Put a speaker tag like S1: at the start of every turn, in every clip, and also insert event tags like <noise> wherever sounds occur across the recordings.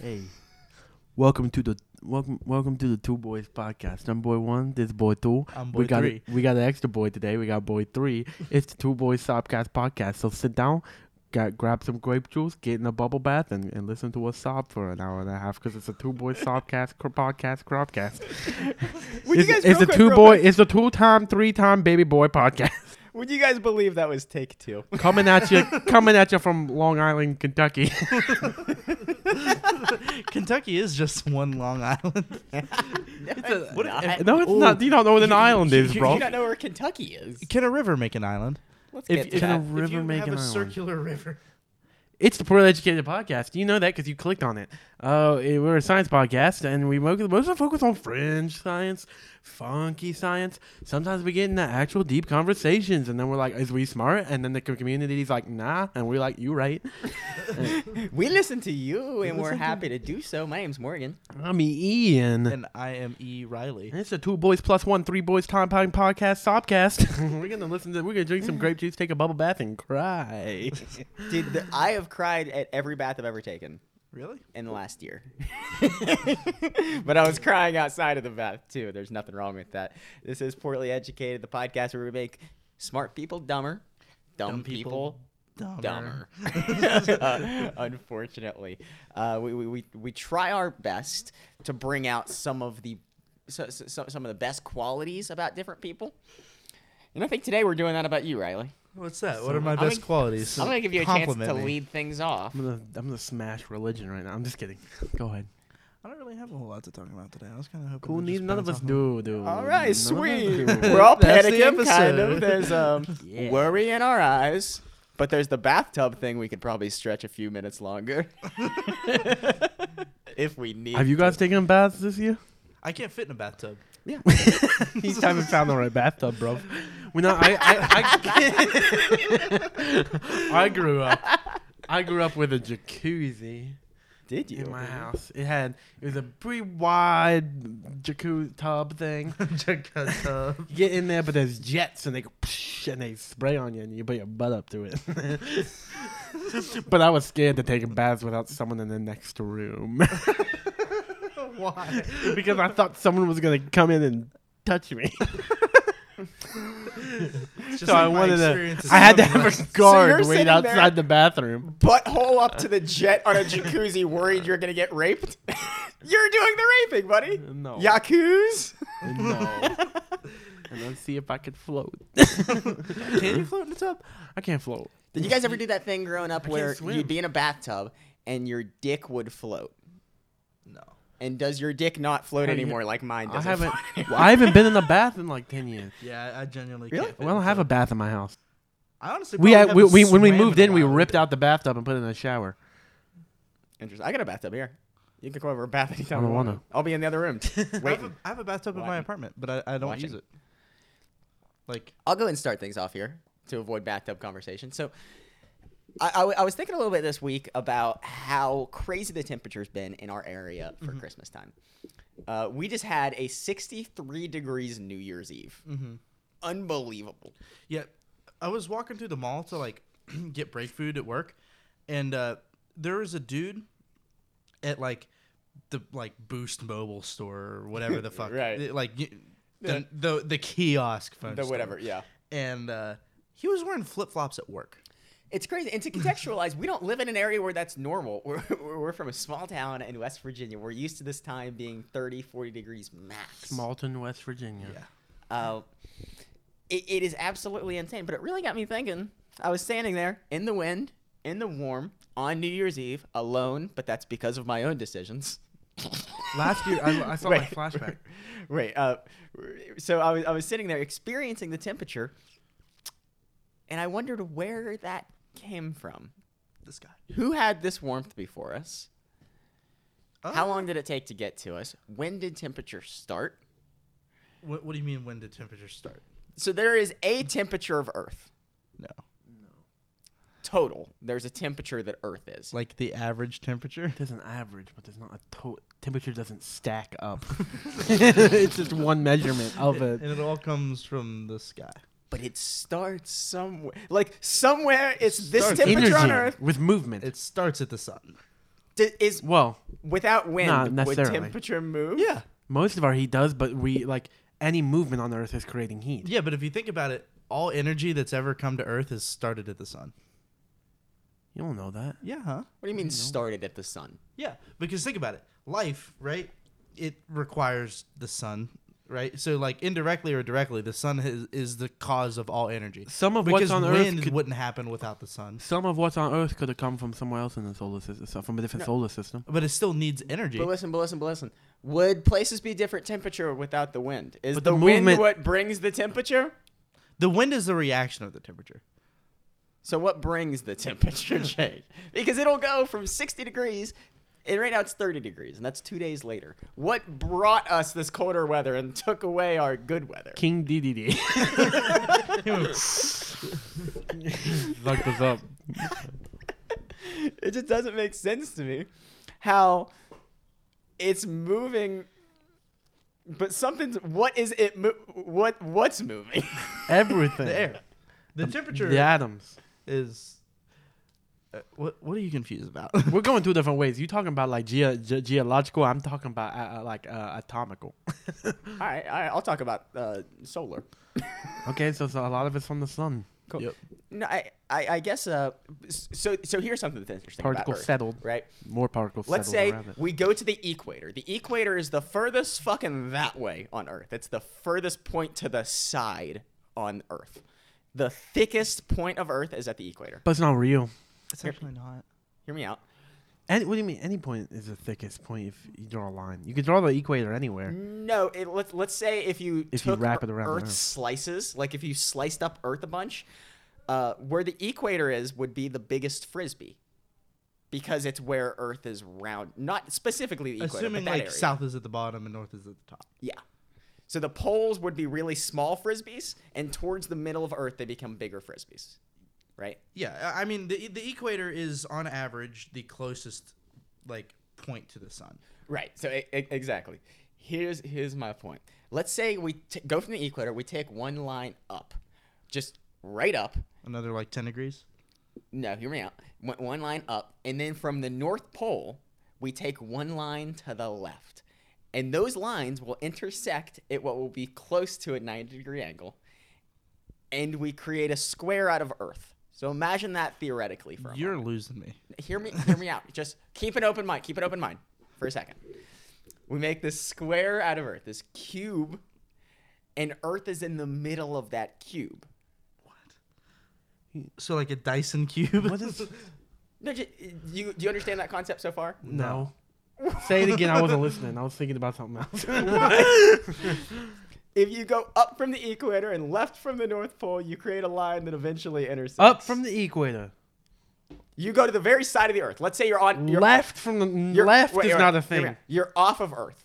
S1: Hey, welcome to the welcome welcome to the Two Boys podcast. I'm boy one. This is boy two.
S2: I'm boy
S1: we got
S2: three.
S1: we got an extra boy today. We got boy three. it's the Two Boys Sobcast podcast. So sit down, got, grab some grape juice, get in a bubble bath, and, and listen to us sob for an hour and a half because it's a Two Boys Sobcast cr- podcast cropcast.
S2: Would
S1: it's
S2: you guys
S1: it's
S2: real
S1: a
S2: quick,
S1: two
S2: real
S1: boy.
S2: quick,
S1: It's a two time, three time baby boy podcast
S2: Would you guys believe that was take two?
S1: coming at you, coming at you from Long Island, Kentucky.
S3: <laughs>
S1: <laughs>
S3: Kentucky is just one Long Island.
S2: What-
S3: not.
S1: no, it's not. You don't know what an island is,
S4: You-
S1: bro.
S4: You don't know where Kentucky is.
S3: Can a river make an island?
S4: Let's
S1: if,
S4: get
S1: if
S4: to
S1: a
S4: that.
S1: river
S4: if you
S1: make
S4: have
S1: an
S4: a
S1: island.
S4: circular river,
S1: It's the Poorly Educated Podcast. You know that because you clicked on it. Uh, it- we're a science podcast, and we mo- mostly focus on fringe science, funky science. Sometimes we get into actual deep conversations, and then we're like, is we smart? And then the co- community's like, nah. And we're like, you right.
S4: we listen to you, and we're
S1: listen to-
S4: happy to do so. My name's <laughs> Morgan.
S1: I'm Ian. And
S3: And I am E. Riley.
S1: it's a two boys plus one, three boys time pound podcast, Sopcast. <laughs> we're going to listen to, we're going to drink some grape juice, take a bubble bath, and cry.
S4: Dude, the, I have cried at every bath I've ever taken
S3: Really?
S4: in the last year. <laughs> but I was crying outside of the bath too. There's nothing wrong with that. This is poorly educated, the podcast where we make smart people dumber, dumb,
S3: Dumb people
S4: people
S3: Dumber.
S4: dumber. <laughs> Uh, unfortunately, uh, we, we, we, we try our best to bring out some of the so, so, so- some of the best qualities about different people. And I think today we're doing that about you, Riley.
S3: What's that? what are my
S4: I'm
S3: best
S4: gonna-
S3: qualities?
S4: I'm gonna give you a chance
S3: Compliment
S4: to
S3: me.
S4: lead things off.
S1: I'm going to I'm gonna smash religion right now. I'm just kidding. Go ahead.
S3: I don't really have a whole lot to talk about today. I was kind of hoping.
S1: Cool.
S3: to
S1: Need
S3: just
S1: none of
S3: bounce
S1: us
S3: off
S1: do, dude.
S4: All right,
S1: None <laughs>
S4: sweet.
S1: of us do.
S4: We're all
S3: That's the
S4: panicking, kind
S3: episode.
S4: of. There's um, <laughs>
S1: Yeah.
S4: worry in our eyes, but there's the bathtub thing. We could probably stretch a few minutes <laughs> longer if we need.
S1: Have you guys taken baths this year?
S3: I can't fit in a bathtub.
S1: <laughs> you haven't found the right bathtub, <laughs> bro. When I I I, I, <laughs> I grew up, I grew up with a jacuzzi
S4: Did you?
S1: in my house. It had it was a pretty wide jacuzzi tub thing.
S3: Jacuzzi.
S1: You get in there, but there's jets, and they go psh, and they spray on you, and you put your butt up to it. <laughs> but I was scared to take baths without someone in the next room.
S3: <laughs>
S1: <laughs>
S3: Why?
S1: because I thought someone was gonna come in and touch me. <laughs>
S3: Just
S1: so I
S3: like my
S1: wanted to.
S3: experience is
S1: I had to
S3: none
S1: <laughs>
S3: of
S1: have
S3: us.
S1: a guard
S4: you're
S1: wait
S4: sitting
S1: outside
S4: there-
S1: the bathroom. <laughs>
S4: butthole up to the jet on a jacuzzi, worried you're gonna get raped. <laughs> you're doing the raping, buddy.
S1: No.
S4: Yakuza.
S1: No. and then see if I could <laughs> float. <laughs>
S3: Can you float in the tub?
S1: I can't float.
S4: Did you guys ever do that thing growing up where
S1: swim.
S4: you'd be in a bathtub and your dick would float?
S3: No.
S4: And does your dick not float
S1: Have you-
S4: anymore like mine
S1: I
S4: does?
S1: haven't. <laughs> well, I haven't been in a bath in like ten years.
S3: Yeah, I- I genuinely
S4: Really?
S3: can't. Fit
S1: We don't have a bath in my house.
S3: I honestly.
S1: We,
S3: probably
S1: had, we,
S3: haven't
S1: we when we
S3: swam
S1: moved
S3: a
S1: in, we
S3: while.
S1: ripped out the bathtub and put it in a shower.
S4: <laughs> Interesting. I got a bathtub here. You can go over a bath anytime.
S1: I don't
S4: you
S1: wanna.
S4: I'll be in the other <laughs> room.
S3: I have,
S4: Wait.
S3: a, I have a bathtub in my
S4: Watching.
S3: apartment, but I, I don't
S4: Watching.
S3: use it. Like
S4: I'll go ahead and start things off here to avoid bathtub conversation. So, I, I w- I was thinking a little bit this week about how crazy the temperature's been in our area for Christmas time. Uh, we just had a 63 degrees New Year's Eve. Unbelievable.
S3: Yeah, I was walking through the mall to like <clears throat> get break food at work, and uh, there was a dude at like the like Boost Mobile store or whatever
S4: <laughs>
S3: the fuck,
S4: Right.
S3: it- Like you- the, the the kiosk phone,
S4: The
S3: store.
S4: whatever, yeah.
S3: and uh, he was wearing flip flops at work.
S4: It's crazy. And to contextualize, we don't live in an area where that's normal. <laughs> We're, we're from a small town in West Virginia. We're used to this time being 30, 40 degrees max.
S1: Malton, West Virginia. <laughs>
S3: Yeah.
S4: Uh, it, it is absolutely insane, but it really got me thinking. I was standing there in the wind, in the warm, on New Year's Eve, alone, but that's because of my own decisions.
S1: Last year, I, I saw
S4: <laughs> Right.
S1: my flashback.
S4: Wait, uh, so I was, I was sitting there experiencing the temperature, and I wondered where that came from.
S3: This guy.
S4: Who had this warmth before us? How
S3: Oh.
S4: long did it take to get to us? When did temperature start?
S3: What, what do you mean? When did temperatures start?
S4: So there is a temperature of Earth.
S3: No,
S4: Total. There's a temperature that Earth is.
S3: like the average temperature.
S1: There's an average, but there's not a total. Temperature doesn't stack <laughs> up. it's just one measurement of it.
S3: And it all comes from the sky.
S4: but it starts somewhere. Like somewhere, it's this
S3: Starts
S4: temperature
S1: energy
S4: on Earth.
S1: with movement.
S3: It starts at the sun.
S4: D- is
S1: well,
S4: without wind,
S1: Not
S4: would
S1: necessarily.
S4: temperature move?
S3: Yeah.
S1: Most of our heat does, but we like any movement on Earth is creating heat.
S3: Yeah, but if you think about it, all energy that's ever come to Earth has started at the sun.
S1: You don't know that.
S3: Yeah, huh?
S4: What do you mean started at the sun?
S3: Yeah, because think about it. Life, right? It requires the sun, right? So, like, indirectly or directly, the sun is, is the cause of all energy.
S1: Some of what's
S3: because
S1: on Earth
S3: wind
S1: could-
S3: wouldn't happen without the sun.
S1: Some of what's on Earth could have come from somewhere else in the solar system, so from a different solar system.
S3: But it still needs energy.
S4: But listen, but listen, but listen. Would places be different temperature without the wind? Is
S1: But
S4: the,
S1: the
S4: wind
S1: movement-
S4: what brings the temperature?
S3: The wind is the reaction of the temperature.
S4: So what brings the <laughs> temperature change? Because it'll go from 60 degrees, and right now it's 30 degrees, and that's two days later. What brought us this colder weather and took away our good weather?
S1: King DDD.
S4: <laughs>
S1: <laughs> Fucked us up.
S4: it just doesn't make sense to me how it's moving but something's what is it mo- what what's moving
S1: Everything.
S3: The air.
S1: Um,
S3: The temperature
S1: The atoms.
S3: is. Uh, what, what are you confused about?
S1: We're going two different ways. You talking about like ge- ge- geological? I'm talking about uh, uh, like uh,
S4: <laughs>
S1: atomical.
S4: <laughs> all right, all right i'll talk about uh, solar
S1: okay, so, so a lot of it's from the sun.
S4: cool
S3: Yep.
S4: no I, I i guess uh so so here's something that's interesting
S1: Particle
S4: about Earth,
S1: settled.
S4: right
S1: More particles.
S4: Let's
S1: settled
S4: say
S1: around it.
S4: we go to the equator. The equator is the furthest fucking that way on Earth. It's the furthest point to the side on Earth. The thickest point of Earth is at the equator.
S1: but it's not real.
S3: it's actually not.
S4: Hear me out.
S1: Any, what do you mean? Any point is the thickest point if you draw a line. You could draw the equator anywhere.
S4: No, it, let's let's say if you
S1: If you
S4: took
S1: wrap it around
S4: Earth
S1: around.
S4: slices, like if you sliced up Earth a bunch, uh, where the equator is would be the biggest frisbee, because it's where Earth is round. Not specifically the equator,
S3: Assuming
S4: but that
S3: like
S4: area.
S3: south is at the bottom and north is at the top.
S4: Yeah. So the poles would be really small frisbees, and towards the middle of Earth, they become bigger frisbees, right?
S3: Yeah, I I mean the the equator is on average the closest like point to the sun.
S4: Right. So e- e- exactly. Here's here's my point. Let's say we t- go from the equator. We take one line up, just right up.
S3: Another like 10 degrees.
S4: No, hear me out. One, one line up, and then from the North Pole, we take one line to the left, and those lines will intersect at what will be close to a ninety degree angle, and we create a square out of Earth. So imagine that theoretically for a
S3: You're losing me.
S4: hear me hear me out. <laughs> Just keep an open mind. Keep an open mind for a second. We make this square out of Earth, this cube, and Earth is in the middle of that cube.
S3: So like a Dyson cube.
S1: What is?
S4: No, ju- you do you understand that concept so far?
S1: No. <laughs> Say it again. I wasn't listening. I was thinking about something else.
S4: If you go up from the equator and left from the North Pole, you create a line that eventually
S1: <laughs>
S4: intersects.
S1: Up from the equator.
S4: you go to the very side of the Earth. Let's say you're on you're,
S1: left from the
S4: you're-
S1: left
S4: wait,
S1: is
S4: wait,
S1: not a
S4: wait, hear me
S1: thing.
S4: out. You're off of Earth.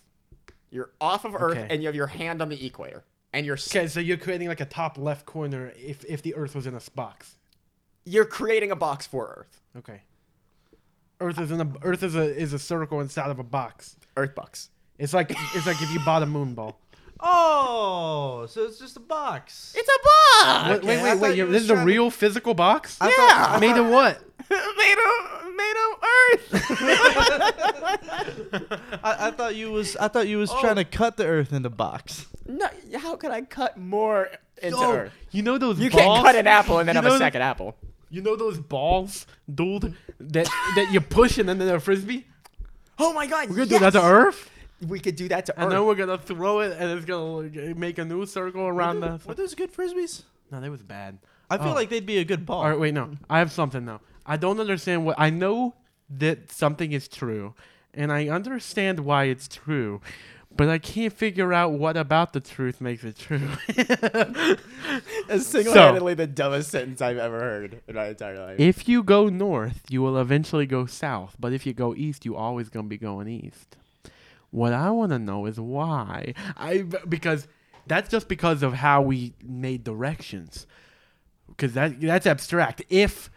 S4: You're off of Earth,
S1: Okay.
S4: and you have your hand on the equator, and you're s-
S1: Okay, so you're creating like a top left corner if if the Earth was in a box.
S4: you're creating a box for Earth.
S1: Okay. Earth is in a Earth is a is a circle inside of a box.
S4: Earth box.
S1: It's like it's like if you bought a moon ball.
S3: <laughs> Oh, so it's just a box.
S4: It's a
S1: <laughs> Wait,
S4: box.
S1: wait,
S3: I
S1: wait,
S3: thought
S1: wait!
S3: you
S1: you're-
S3: was
S1: This is a
S3: trying to-
S1: real physical box.
S4: I thought-
S1: made of what?
S4: <laughs> made of made of earth.
S1: <laughs>
S3: I, I thought you was I thought you was trying to cut the earth into box.
S4: no, how could I cut more into
S1: Oh,
S4: earth?
S1: you know those
S4: You
S1: balls?
S4: can't cut an apple and then
S1: You
S4: have a
S1: know-
S4: second apple.
S1: You know those balls, dude, that that you push and then they're a frisbee.
S4: Oh my god!
S1: We're gonna do that to Earth,
S4: We could do that to
S1: and
S4: earth.
S1: then we're gonna throw it, and it's gonna make a new circle around the.
S3: Were those good frisbees?
S1: No, that was bad.
S3: I feel
S1: Oh.
S3: like they'd be a good ball.
S1: All right, wait, no. I have something though. I don't understand what I know that something is true, and I understand why it's true, but I can't figure out what about the truth makes it true. <laughs>
S4: That's single-handedly the dumbest sentence I've ever heard in my entire life.
S1: if you go north, you will eventually go south, but if you go east, you always gonna be going east. What I want to know is why. I because that's just because of how we made directions. Because that that's abstract. If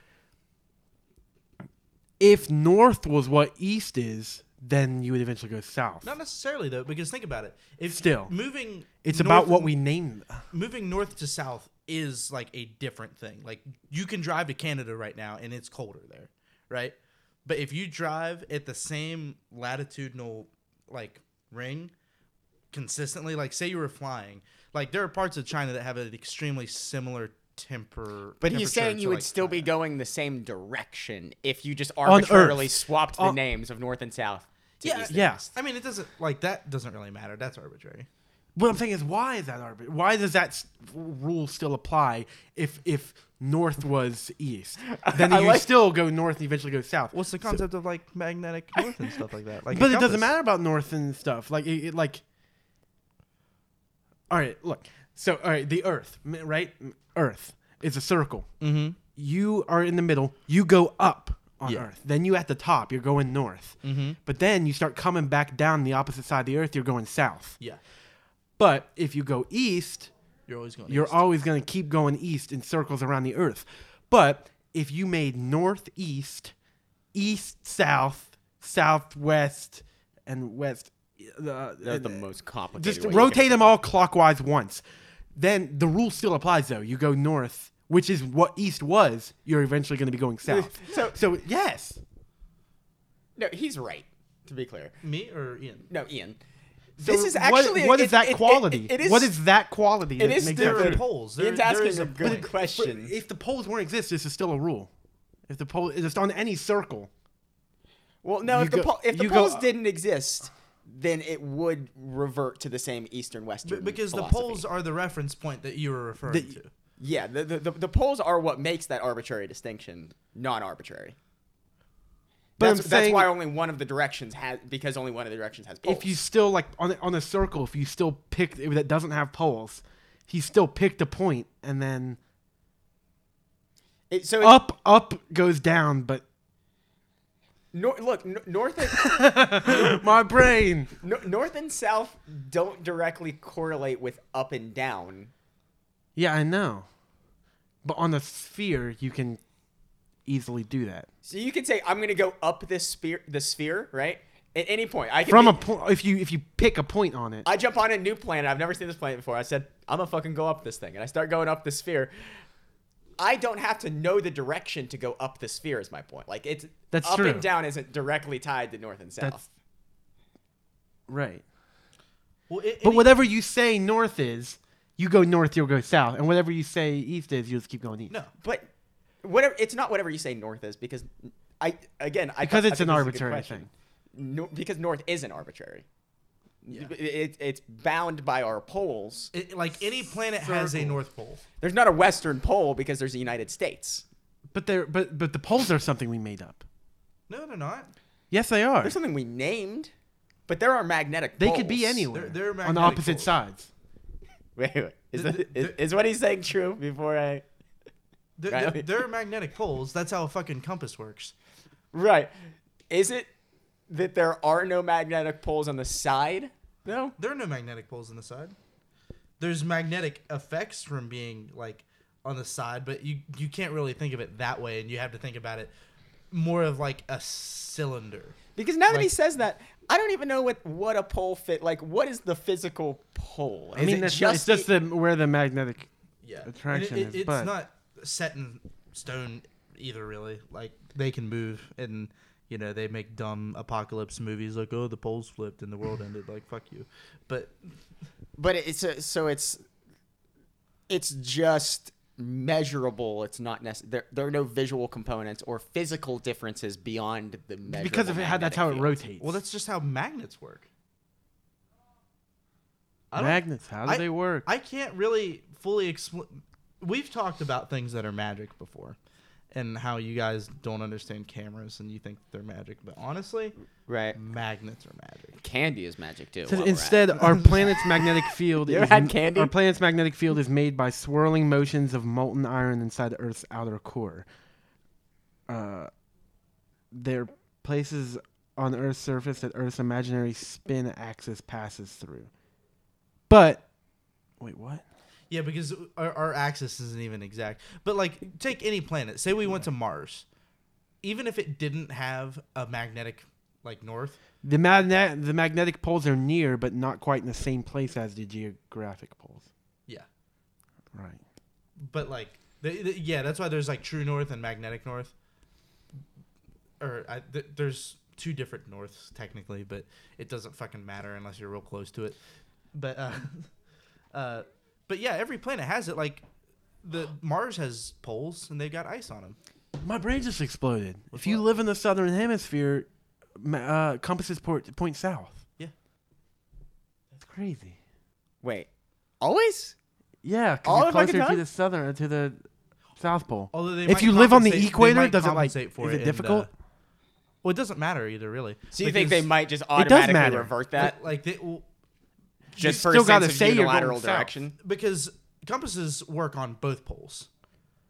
S1: if north was what east is, then you would eventually go south.
S3: Not necessarily though, because think about it. If
S1: Still.
S3: moving,
S1: it's
S3: north-
S1: about what we named.
S3: moving north to south is like a different thing. Like you can drive to Canada right now and it's colder there, right? But if you drive at the same latitudinal like ring consistently, like say you were flying, like there are parts of China that have an extremely similar temper.
S4: But he's
S3: temperature
S4: saying you
S3: to,
S4: would
S3: like,
S4: still be
S3: China.
S4: going the same direction if you just
S1: On
S4: arbitrarily
S1: Earth.
S4: swapped the
S1: On-
S4: names of North and South. To
S3: Yeah,
S4: East and
S1: yeah.
S4: West.
S3: I mean, it doesn't like that doesn't really matter. That's arbitrary.
S1: What I'm saying is, why is that arbit? Why does that s- rule still apply if if north was east? Then
S4: I
S1: you
S4: like-
S1: still go north and eventually go south.
S3: What's the concept of like magnetic north and stuff like that? Like, a
S1: but it doesn't
S3: compass.
S1: matter about north and stuff. Like it, it like. All right, look. So all right, the Earth, m- right? M- Earth is a circle. Mm-hmm. You are in the middle. You go up on
S3: Yeah.
S1: Earth. Then you at the top. You're going north. Mm-hmm. But then you start coming back down the opposite side of the Earth. You're going south.
S3: Yeah,
S1: But if you go east,
S3: you're always going.
S1: you're
S3: east.
S1: always going to keep going east in circles around the earth. But if you made northeast, east south, southwest, and west, uh,
S4: That's the
S1: and-
S4: most complicated.
S1: just
S4: way you
S1: rotate
S4: can-
S1: them all clockwise once. Then the rule still applies though. You go north, which is what east was. You're eventually going to be going south.
S4: <laughs> So-
S1: so yes,
S4: No, he's right. To be clear,
S3: me or Ian.
S4: no, Ian.
S1: So
S4: this is
S1: what-
S4: actually
S1: what is
S4: it-
S1: that
S4: it- it-
S1: quality?
S4: it is
S1: what is that quality?
S4: it
S1: that
S4: is
S1: makes
S4: there
S1: that
S4: are
S1: true?
S3: polls. There-
S4: Ian's
S3: there
S4: asking
S3: is
S4: a
S3: a
S4: good
S3: point.
S4: question.
S1: But if the poles weren't exist, this is still a rule. If the pole just on any circle,
S4: Well, no,
S1: You
S4: if the,
S1: go-
S4: pol- if the
S1: you go
S4: polls
S1: up.
S4: didn't exist, then it would revert to the same Eastern Western.
S3: because the
S4: philosophy.
S3: polls are the reference point that you were referring
S1: The-
S3: to.
S4: yeah, the, the, the, the polls are what makes that arbitrary distinction non arbitrary.
S1: But
S4: That's,
S1: I'm
S4: that's
S1: saying-
S4: why only one of the directions has because only one of the directions has polls.
S1: if you still like on a- on a circle, if you still picked if that doesn't have poles, he still picked a point, and then
S4: It- so it-
S1: up up goes down. But <coughs>
S4: nor- look n- north and, <laughs>
S1: my brain,
S4: no- north and south don't directly correlate with up and down.
S1: yeah, I know. But on a sphere, you can easily do that
S4: So you can say I'm going to go up this sphere the sphere right at any point. I can
S1: from
S4: be-
S1: a point. If you if you pick a point on it,
S4: I jump on a new planet. I've never seen this planet before. I said, I'm gonna fucking go up this thing. And I start going up the sphere. I don't have to know the direction to go up the sphere, is my point. Like, it's
S1: That's
S4: up
S1: true.
S4: and down isn't directly tied to north and south.
S1: That's- right?
S3: Well, it,
S1: But whatever you say north is, you go north, you'll go south, and whatever you say east is, you just keep going east.
S3: no,
S4: but whatever, it's not whatever you say north is because I, again, I
S1: Because
S4: I
S1: it's
S4: think
S1: an
S4: this is a good
S1: arbitrary
S4: question.
S1: thing.
S4: No, because north isn't arbitrary. It- it- it's bound by our poles.
S3: it, like any planet has a
S1: Circle.
S3: north pole.
S4: There's not a western pole because there's the United States.
S1: But there, but but the poles are something we made up.
S3: No, they're not.
S1: Yes, they are.
S4: There's something we named, but there are magnetic
S1: They
S4: poles.
S1: could be anywhere
S3: they're
S1: on the
S3: magnetic
S1: opposite
S3: poles.
S1: sides.
S4: <laughs> Wait, wait. Is,
S3: The-
S4: that,
S3: the-
S4: is,
S3: the-
S4: is what he's saying true before I.
S3: They're,
S4: Right.
S3: they're- <laughs> they're magnetic poles. That's how a fucking compass works.
S4: Right. Is it that there are no magnetic poles on the side? No.
S3: There are no magnetic poles on the side. There's magnetic effects from being like on the side, but you you can't really think of it that way, and you have to think about it more of like a cylinder.
S4: Because now that he
S3: Like-
S4: says that, I don't even know what, what a pole fit. Like, what is the physical pole?
S1: I mean, that's just, it's just the, where the magnetic.
S3: Yeah, And it-
S1: Attraction
S3: it-
S1: is,
S3: it's
S1: but-
S3: not set in stone either, really. Like they can move, and you know they make dumb apocalypse movies like, oh, the poles flipped and the
S1: <laughs>
S3: world ended. Like fuck you, but
S4: But it's a, so it's it's just measurable. It's not necessary. There, there are no visual components or physical differences beyond the measurable
S1: Because of it, how that's how it
S4: magnetic field.
S1: rotates.
S3: well, that's just how magnets work. I don't-
S1: magnets. How do
S3: I-
S1: they work?
S3: I can't really fully explain. We've talked about things that are magic before, and how you guys don't understand cameras and you think they're magic, but honestly,
S4: Right.
S3: magnets are magic.
S4: Candy is magic too.
S1: So
S4: while we're at it.
S1: instead,
S3: <laughs>
S1: our planet's magnetic field
S4: You ever
S1: is
S4: had candy?
S1: our planet's magnetic field is made by swirling motions of molten iron inside the Earth's outer core. Uh, there are places on Earth's surface that Earth's imaginary spin axis passes through. But wait, what?
S3: Yeah, because our, our axis isn't even exact. But like, take any planet. Say we went to Mars, even if it didn't have a magnetic like north.
S1: The magne- the magnetic poles are near, but not quite in the same place as the geographic poles.
S3: Yeah,
S1: Right.
S3: but like, they, they- yeah, that's why there's like true north and magnetic north. or I, th- there's two different norths technically, but it doesn't fucking matter unless you're real close to it. But uh, <laughs> uh, but yeah, every planet has it. Like the Mars has poles and they've got ice on them.
S1: My brain just exploded. if you live in the southern hemisphere, ma- uh, compasses port, point south.
S3: Yeah.
S1: That's crazy.
S4: Wait, always?
S1: Yeah, 'cause
S4: All
S1: you're
S4: the fucking
S1: closer to
S4: time?
S1: the southern to the South Pole.
S3: Although they
S1: If
S3: might
S1: you live on the
S3: compensate- they
S1: equator,
S3: might
S1: does it, like,
S3: compensate
S1: is it
S3: and, uh,
S1: difficult?
S3: well, it doesn't matter either, really.
S4: So you think they
S3: because,
S4: might just
S1: does
S4: automatically
S1: matter.
S4: revert that
S3: like, like they, well,
S4: just
S1: you
S4: for
S1: still
S4: a
S1: gotta
S4: sense of
S1: say you're going
S4: unilateral
S1: south.
S4: direction?
S3: because compasses work on both poles,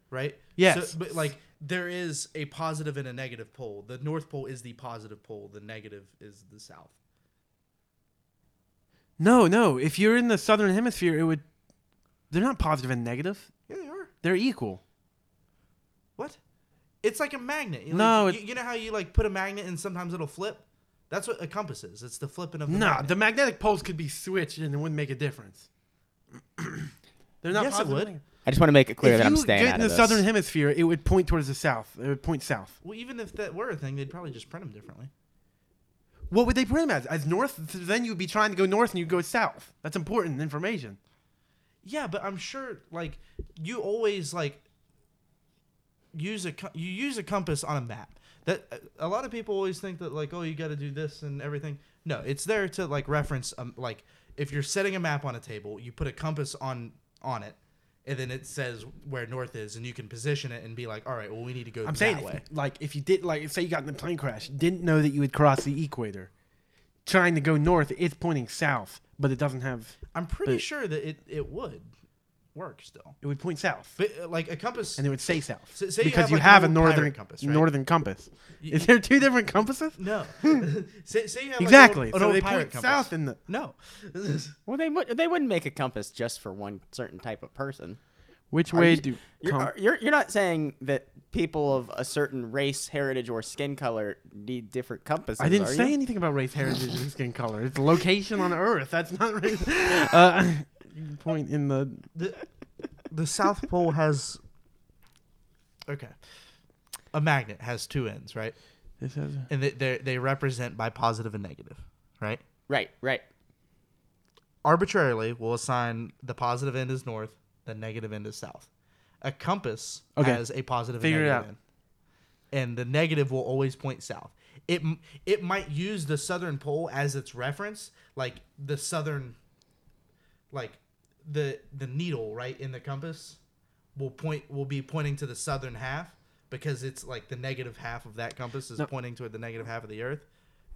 S3: right?
S1: Yes.
S3: So, but like there is a positive and a negative pole. The north pole is the positive pole. The negative is the south.
S1: No, no. If you're in the southern hemisphere, it would. They're not positive and negative.
S3: Yeah, they are.
S1: They're equal.
S3: What? It's like a magnet. You-
S1: No,
S3: like,
S1: it-
S3: you, you know how you like put a magnet and sometimes it'll flip. That's what a compass is. It's the flipping of the
S1: Nah,
S3: magnet.
S1: the magnetic poles could be switched and it wouldn't make a difference. <clears throat> they're not.
S3: Yes, it
S1: positive and
S3: would.
S1: negative.
S4: I just want to make it clear
S1: if
S4: that I'm
S1: you
S4: staying
S1: get
S4: out
S1: in
S4: of
S1: the
S4: this.
S1: southern hemisphere, it would point towards the south. It would point south.
S3: Well, even if that were a thing, they'd probably just print them differently.
S1: What would they print them as? As north? Then you'd be trying to go north and you'd go south. That's important information.
S3: Yeah, but I'm sure like you always like use a co- you use a compass on a map. That a lot of people always think that like oh you got to do this and everything. No, it's there to like reference um, like if you're setting a map on a table, you put a compass on on it. And then it says where north is, and you can position it and be like, "All right, well, we need to go
S1: I'm
S3: that
S1: saying,
S3: way."
S1: if, like, if you did, like, say you got in a plane crash, didn't know that you would cross the equator, trying to go north, it's pointing south, but it doesn't have.
S3: I'm pretty
S1: but-
S3: sure that it, it would work still,
S1: It would point south,
S3: but uh, like a compass.
S1: and it would say south
S3: So- say you
S1: because
S3: have,
S1: you
S3: like,
S1: have,
S3: an
S1: a
S3: old pirate
S1: northern compass.
S3: compass, right?
S1: Northern compass. Is there two different compasses?
S3: no, <laughs> say, say you have
S1: Hmm. Exactly.
S3: Like, an old- an
S1: so
S3: old
S1: they
S3: pirate
S1: point
S3: compass.
S1: south in the.
S3: No. <laughs>
S4: Well, they would. They wouldn't make a compass just for one certain type of person.
S1: Which
S4: Are
S1: way
S4: you-
S1: do?
S4: You're,
S1: com-
S4: are- you're, you're not saying that people of a certain race, heritage, or skin color need different compasses.
S1: I didn't
S4: are
S1: say
S4: you?
S1: anything about
S4: <laughs>
S1: race, heritage, and skin color. It's location on Earth. That's not race.
S4: <laughs>
S1: Uh, <laughs> point in the.
S3: the, the South Pole has okay. A magnet has two ends, right?
S1: This has.
S3: And they they they represent by positive and negative, right?
S4: Right, right.
S3: Arbitrarily, we'll assign the positive end is north, the negative end is south. A compass
S1: Okay.
S3: has a positive
S1: Figure it
S3: and
S1: out.
S3: negative end, and the negative will always point south. It m- it might use the southern pole as its reference, like the southern like the the needle right in the compass will point will be pointing to the southern half because it's like the negative half of that compass is pointing toward the negative half of the earth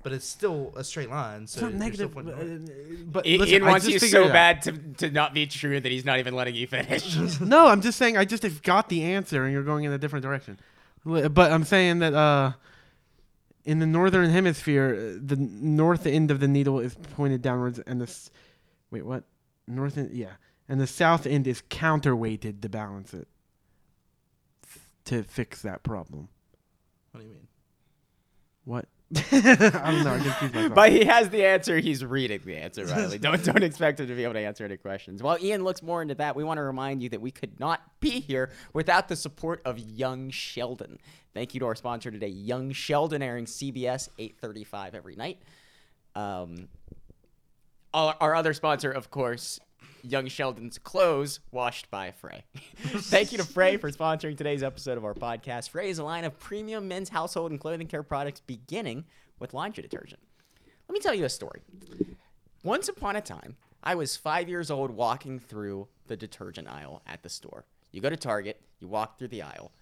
S3: but it's still a straight line so
S1: It's not
S3: you're still
S1: negative.
S3: pointing north.
S1: uh, But listen, I just figured it out.
S4: to, to not be true that he's not even letting you finish.
S1: No, I'm just saying I just have got the answer and you're going in a different direction. Li- But I'm saying that uh, in the northern hemisphere, uh, the n- north end of the needle is pointed downwards, and the s- wait what? North end, yeah, and the south end is counterweighted to balance it to fix that problem.
S3: what do you mean
S1: What? <laughs> I don't know. I confused myself.
S4: <laughs> but he has the answer. He's reading the answer, Riley. Don't don't expect him to be able to answer any questions. While Ian looks more into that, we want to remind you that we could not be here without the support of Young Sheldon. Thank you to our sponsor today, Young Sheldon, airing CBS 8:35 every night. Um, our, our other sponsor, of course, Young Sheldon's clothes washed by Frey. <laughs> Thank you to Frey for sponsoring today's episode of our podcast. Frey is a line of premium men's household and clothing care products, beginning with laundry detergent. Let me tell you a story. Once upon a time, I was five years old walking through the detergent aisle at the store. You go to Target, you walk through the aisle.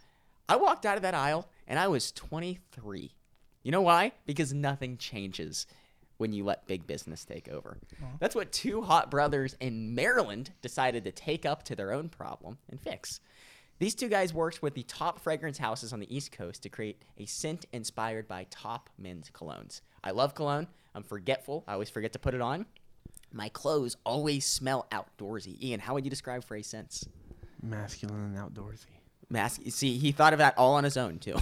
S4: I walked out of that aisle and I was 23. You know why? Because nothing changes when you let big business take over. That's what two hot brothers in Maryland decided to take up to their own problem and fix. These two guys worked with the top fragrance houses on the East Coast to create a scent inspired by top men's colognes. I love cologne. I'm forgetful. I always forget to put it on. My clothes always smell outdoorsy. Ian, how would you describe Frey scents?
S1: Masculine and outdoorsy.
S4: Mask. See, he thought of that all on his own too.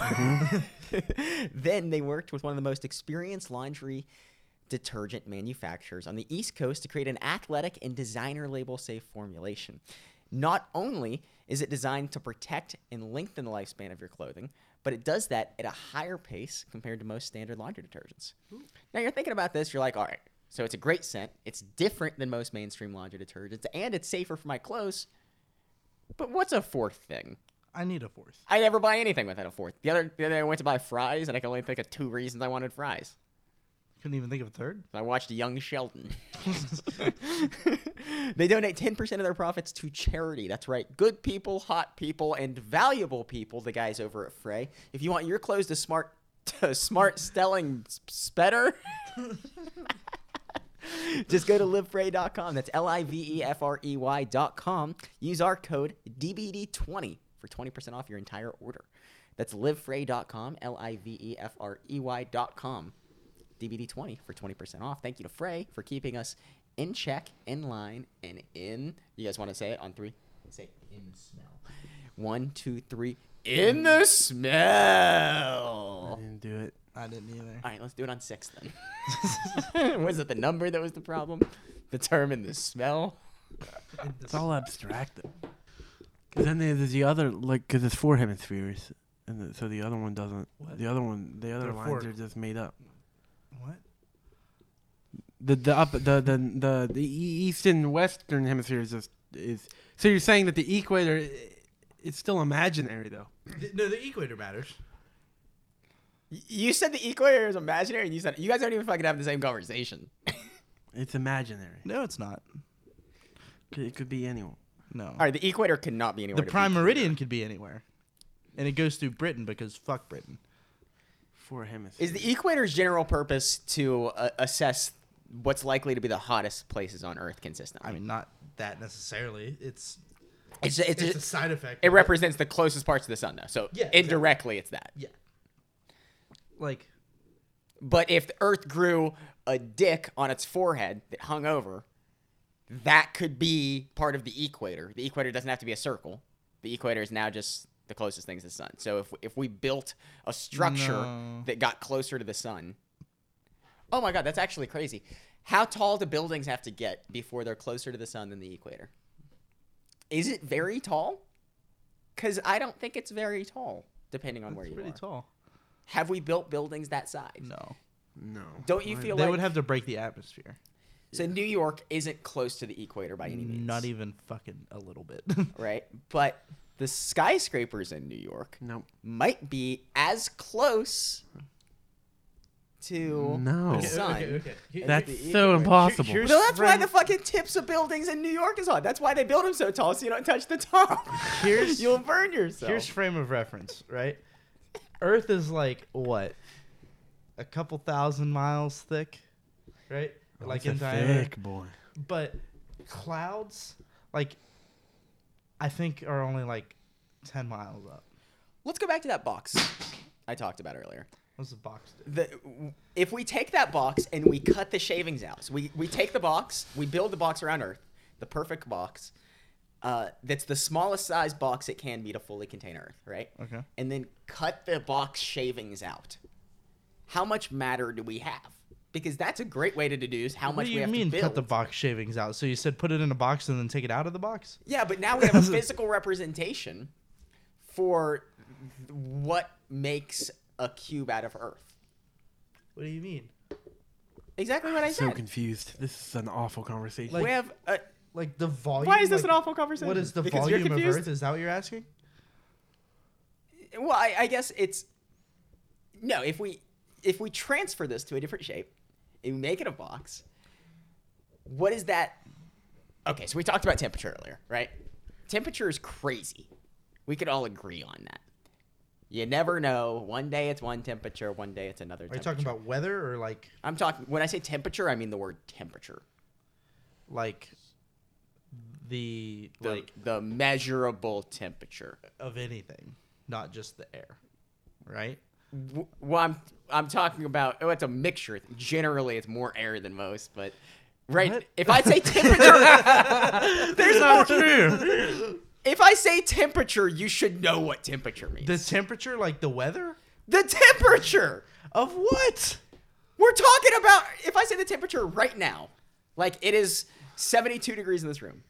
S4: <laughs> then they worked with one of the most experienced laundry detergent manufacturers on the East Coast to create an athletic and designer label safe formulation. Not only is it designed to protect and lengthen the lifespan of your clothing, but it does that at a higher pace compared to most standard laundry detergents. Now you're thinking about this, you're like, all right, so it's a great scent, it's different than most mainstream laundry detergents, and it's safer for my clothes. But what's a fourth thing?
S3: I need a fourth.
S4: I never buy anything without a fourth. The other the other day I went to buy fries, and I can only think of two reasons I wanted fries.
S3: Couldn't even think of a third.
S4: I watched Young Sheldon. <laughs> they donate 10% of their profits to charity. That's right. Good people, hot people, and valuable people, the guys over at Frey. If you want your clothes to smart <laughs> to smart stelling s- better, <laughs> just go to livefrey.com. That's L I V E F R E Y.com. Use our code DBD20 for 20% off your entire order. That's livefrey.com, L I V E F R E Y.com. DBD20 for 20% off. Thank you to Frey for keeping us in check, in line, and in. You guys want to say it on three? Say in the smell. One, two, three. In the
S1: I
S4: smell.
S1: didn't do it.
S3: I didn't either.
S4: All right, let's do it on six then. <laughs> was it the number that was the problem? The term in the smell?
S1: It's all abstract. Because then there's the other, like, because it's four hemispheres, and the, so the other one doesn't.
S3: What?
S1: The other one, the other
S3: They're
S1: lines
S3: four.
S1: are just made up.
S3: What?
S1: The the up the the the, the e- east and western hemisphere is just is. So you're saying that the equator, i- it's still imaginary though.
S3: The- no, the equator matters.
S4: Y- You said the equator is imaginary, and you said you guys don't even fucking have the same conversation.
S1: It's imaginary.
S3: No, it's not.
S1: C- It could be anyone.
S3: No.
S4: All right, the equator cannot be anywhere.
S3: the
S4: to be
S3: prime
S4: found.
S3: meridian could be anywhere, and it goes through Britain because fuck Britain.
S1: Four hemispheres.
S4: Is the equator's general purpose to uh, assess what's likely to be the hottest places on Earth consistently?
S3: I mean, not that necessarily. It's
S4: it's, it's,
S3: it's a side effect.
S4: it
S3: of
S4: represents the closest parts of the sun, though. So
S3: Yeah, exactly.
S4: indirectly, it's that.
S3: Yeah. Like
S4: But if the Earth grew a dick on its forehead that hung over, that could be part of the equator. The equator doesn't have to be a circle. The equator is now just the closest thing to the sun. So if if we built a structure
S3: No.
S4: that got closer to the sun, oh my god, that's actually crazy. How tall do buildings have to get before they're closer to the sun than the equator? Is it very tall? Because I don't think it's very tall, depending on where
S3: it's
S4: you
S3: pretty
S4: are.
S3: tall.
S4: Have we built buildings that size?
S3: No,
S1: no.
S4: Don't you
S1: I-
S4: feel
S3: they
S4: like
S3: would have to break the atmosphere.
S4: so New York isn't close to the equator by any means,
S3: Not e- even fucking a little <laughs> bit.
S4: right? But the skyscrapers in New York
S1: No.
S4: might be as close to
S1: No.
S4: the sun. as the
S1: That's
S4: equator.
S1: so impossible.
S3: Here's-
S4: No, that's why
S3: Friend-
S4: the fucking tips of buildings in New York is on. That's why they build them so tall, so you don't touch the top.
S3: Here's-
S4: <laughs> you'll burn yourself.
S3: Here's frame of reference, right? Earth is like what? A couple thousand miles thick, right? like
S1: It's a
S3: in diameter.
S1: Oh, thick boy.
S3: But clouds, like I think are only like 10 miles up.
S4: Let's go back to that box I talked about earlier.
S3: What's the box do?
S4: the if we take that box and we cut the shavings out, so we, we take the box, we build the box around Earth, the perfect box, uh, that's the smallest size box it can be to fully contain Earth, right?
S3: Okay.
S4: And then cut the box shavings out. How much matter do we have? Because that's a great way to deduce how
S3: what
S4: much
S3: do
S4: we
S3: you
S4: have
S3: mean
S4: to build.
S3: cut the box shavings out? So you said put it in a box and then take it out of the box?
S4: Yeah, but
S3: <laughs>
S4: now we have a physical representation for what makes a cube out of Earth.
S3: What do you mean?
S4: Exactly what I
S1: So
S4: said.
S1: confused. This is an awful conversation.
S3: Like-
S4: we have a,
S3: Like the volume
S4: Why is this
S3: like,
S4: an awful conversation?
S3: What is the
S4: Because you're
S3: volume of
S4: confused?
S3: Earth? Is that what you're asking?
S4: Well, I, I guess it's no. If we if we transfer this to a different shape and we make it a box, what is that? Okay, so we talked about temperature earlier, right? Temperature is crazy. We could all agree on that. You never know. One day it's one temperature, one day it's another.
S3: Are you
S4: temperature.
S3: talking about weather or like
S4: I'm talking. When I say temperature, I mean the word temperature.
S3: like the
S4: The,
S3: like
S4: the measurable temperature.
S3: of anything, not just the air, right?
S4: W- Well, I'm I'm talking about oh, it's a mixture. Generally, it's more air than most, but right.
S3: What?
S4: If I
S1: <laughs>
S4: say temperature, there's more.
S1: true.
S4: If I say temperature, you should know what temperature means.
S3: The temperature, like the weather
S4: the temperature
S3: of what?
S4: we're talking about. If I say the temperature right now, like it is 72 degrees in this room,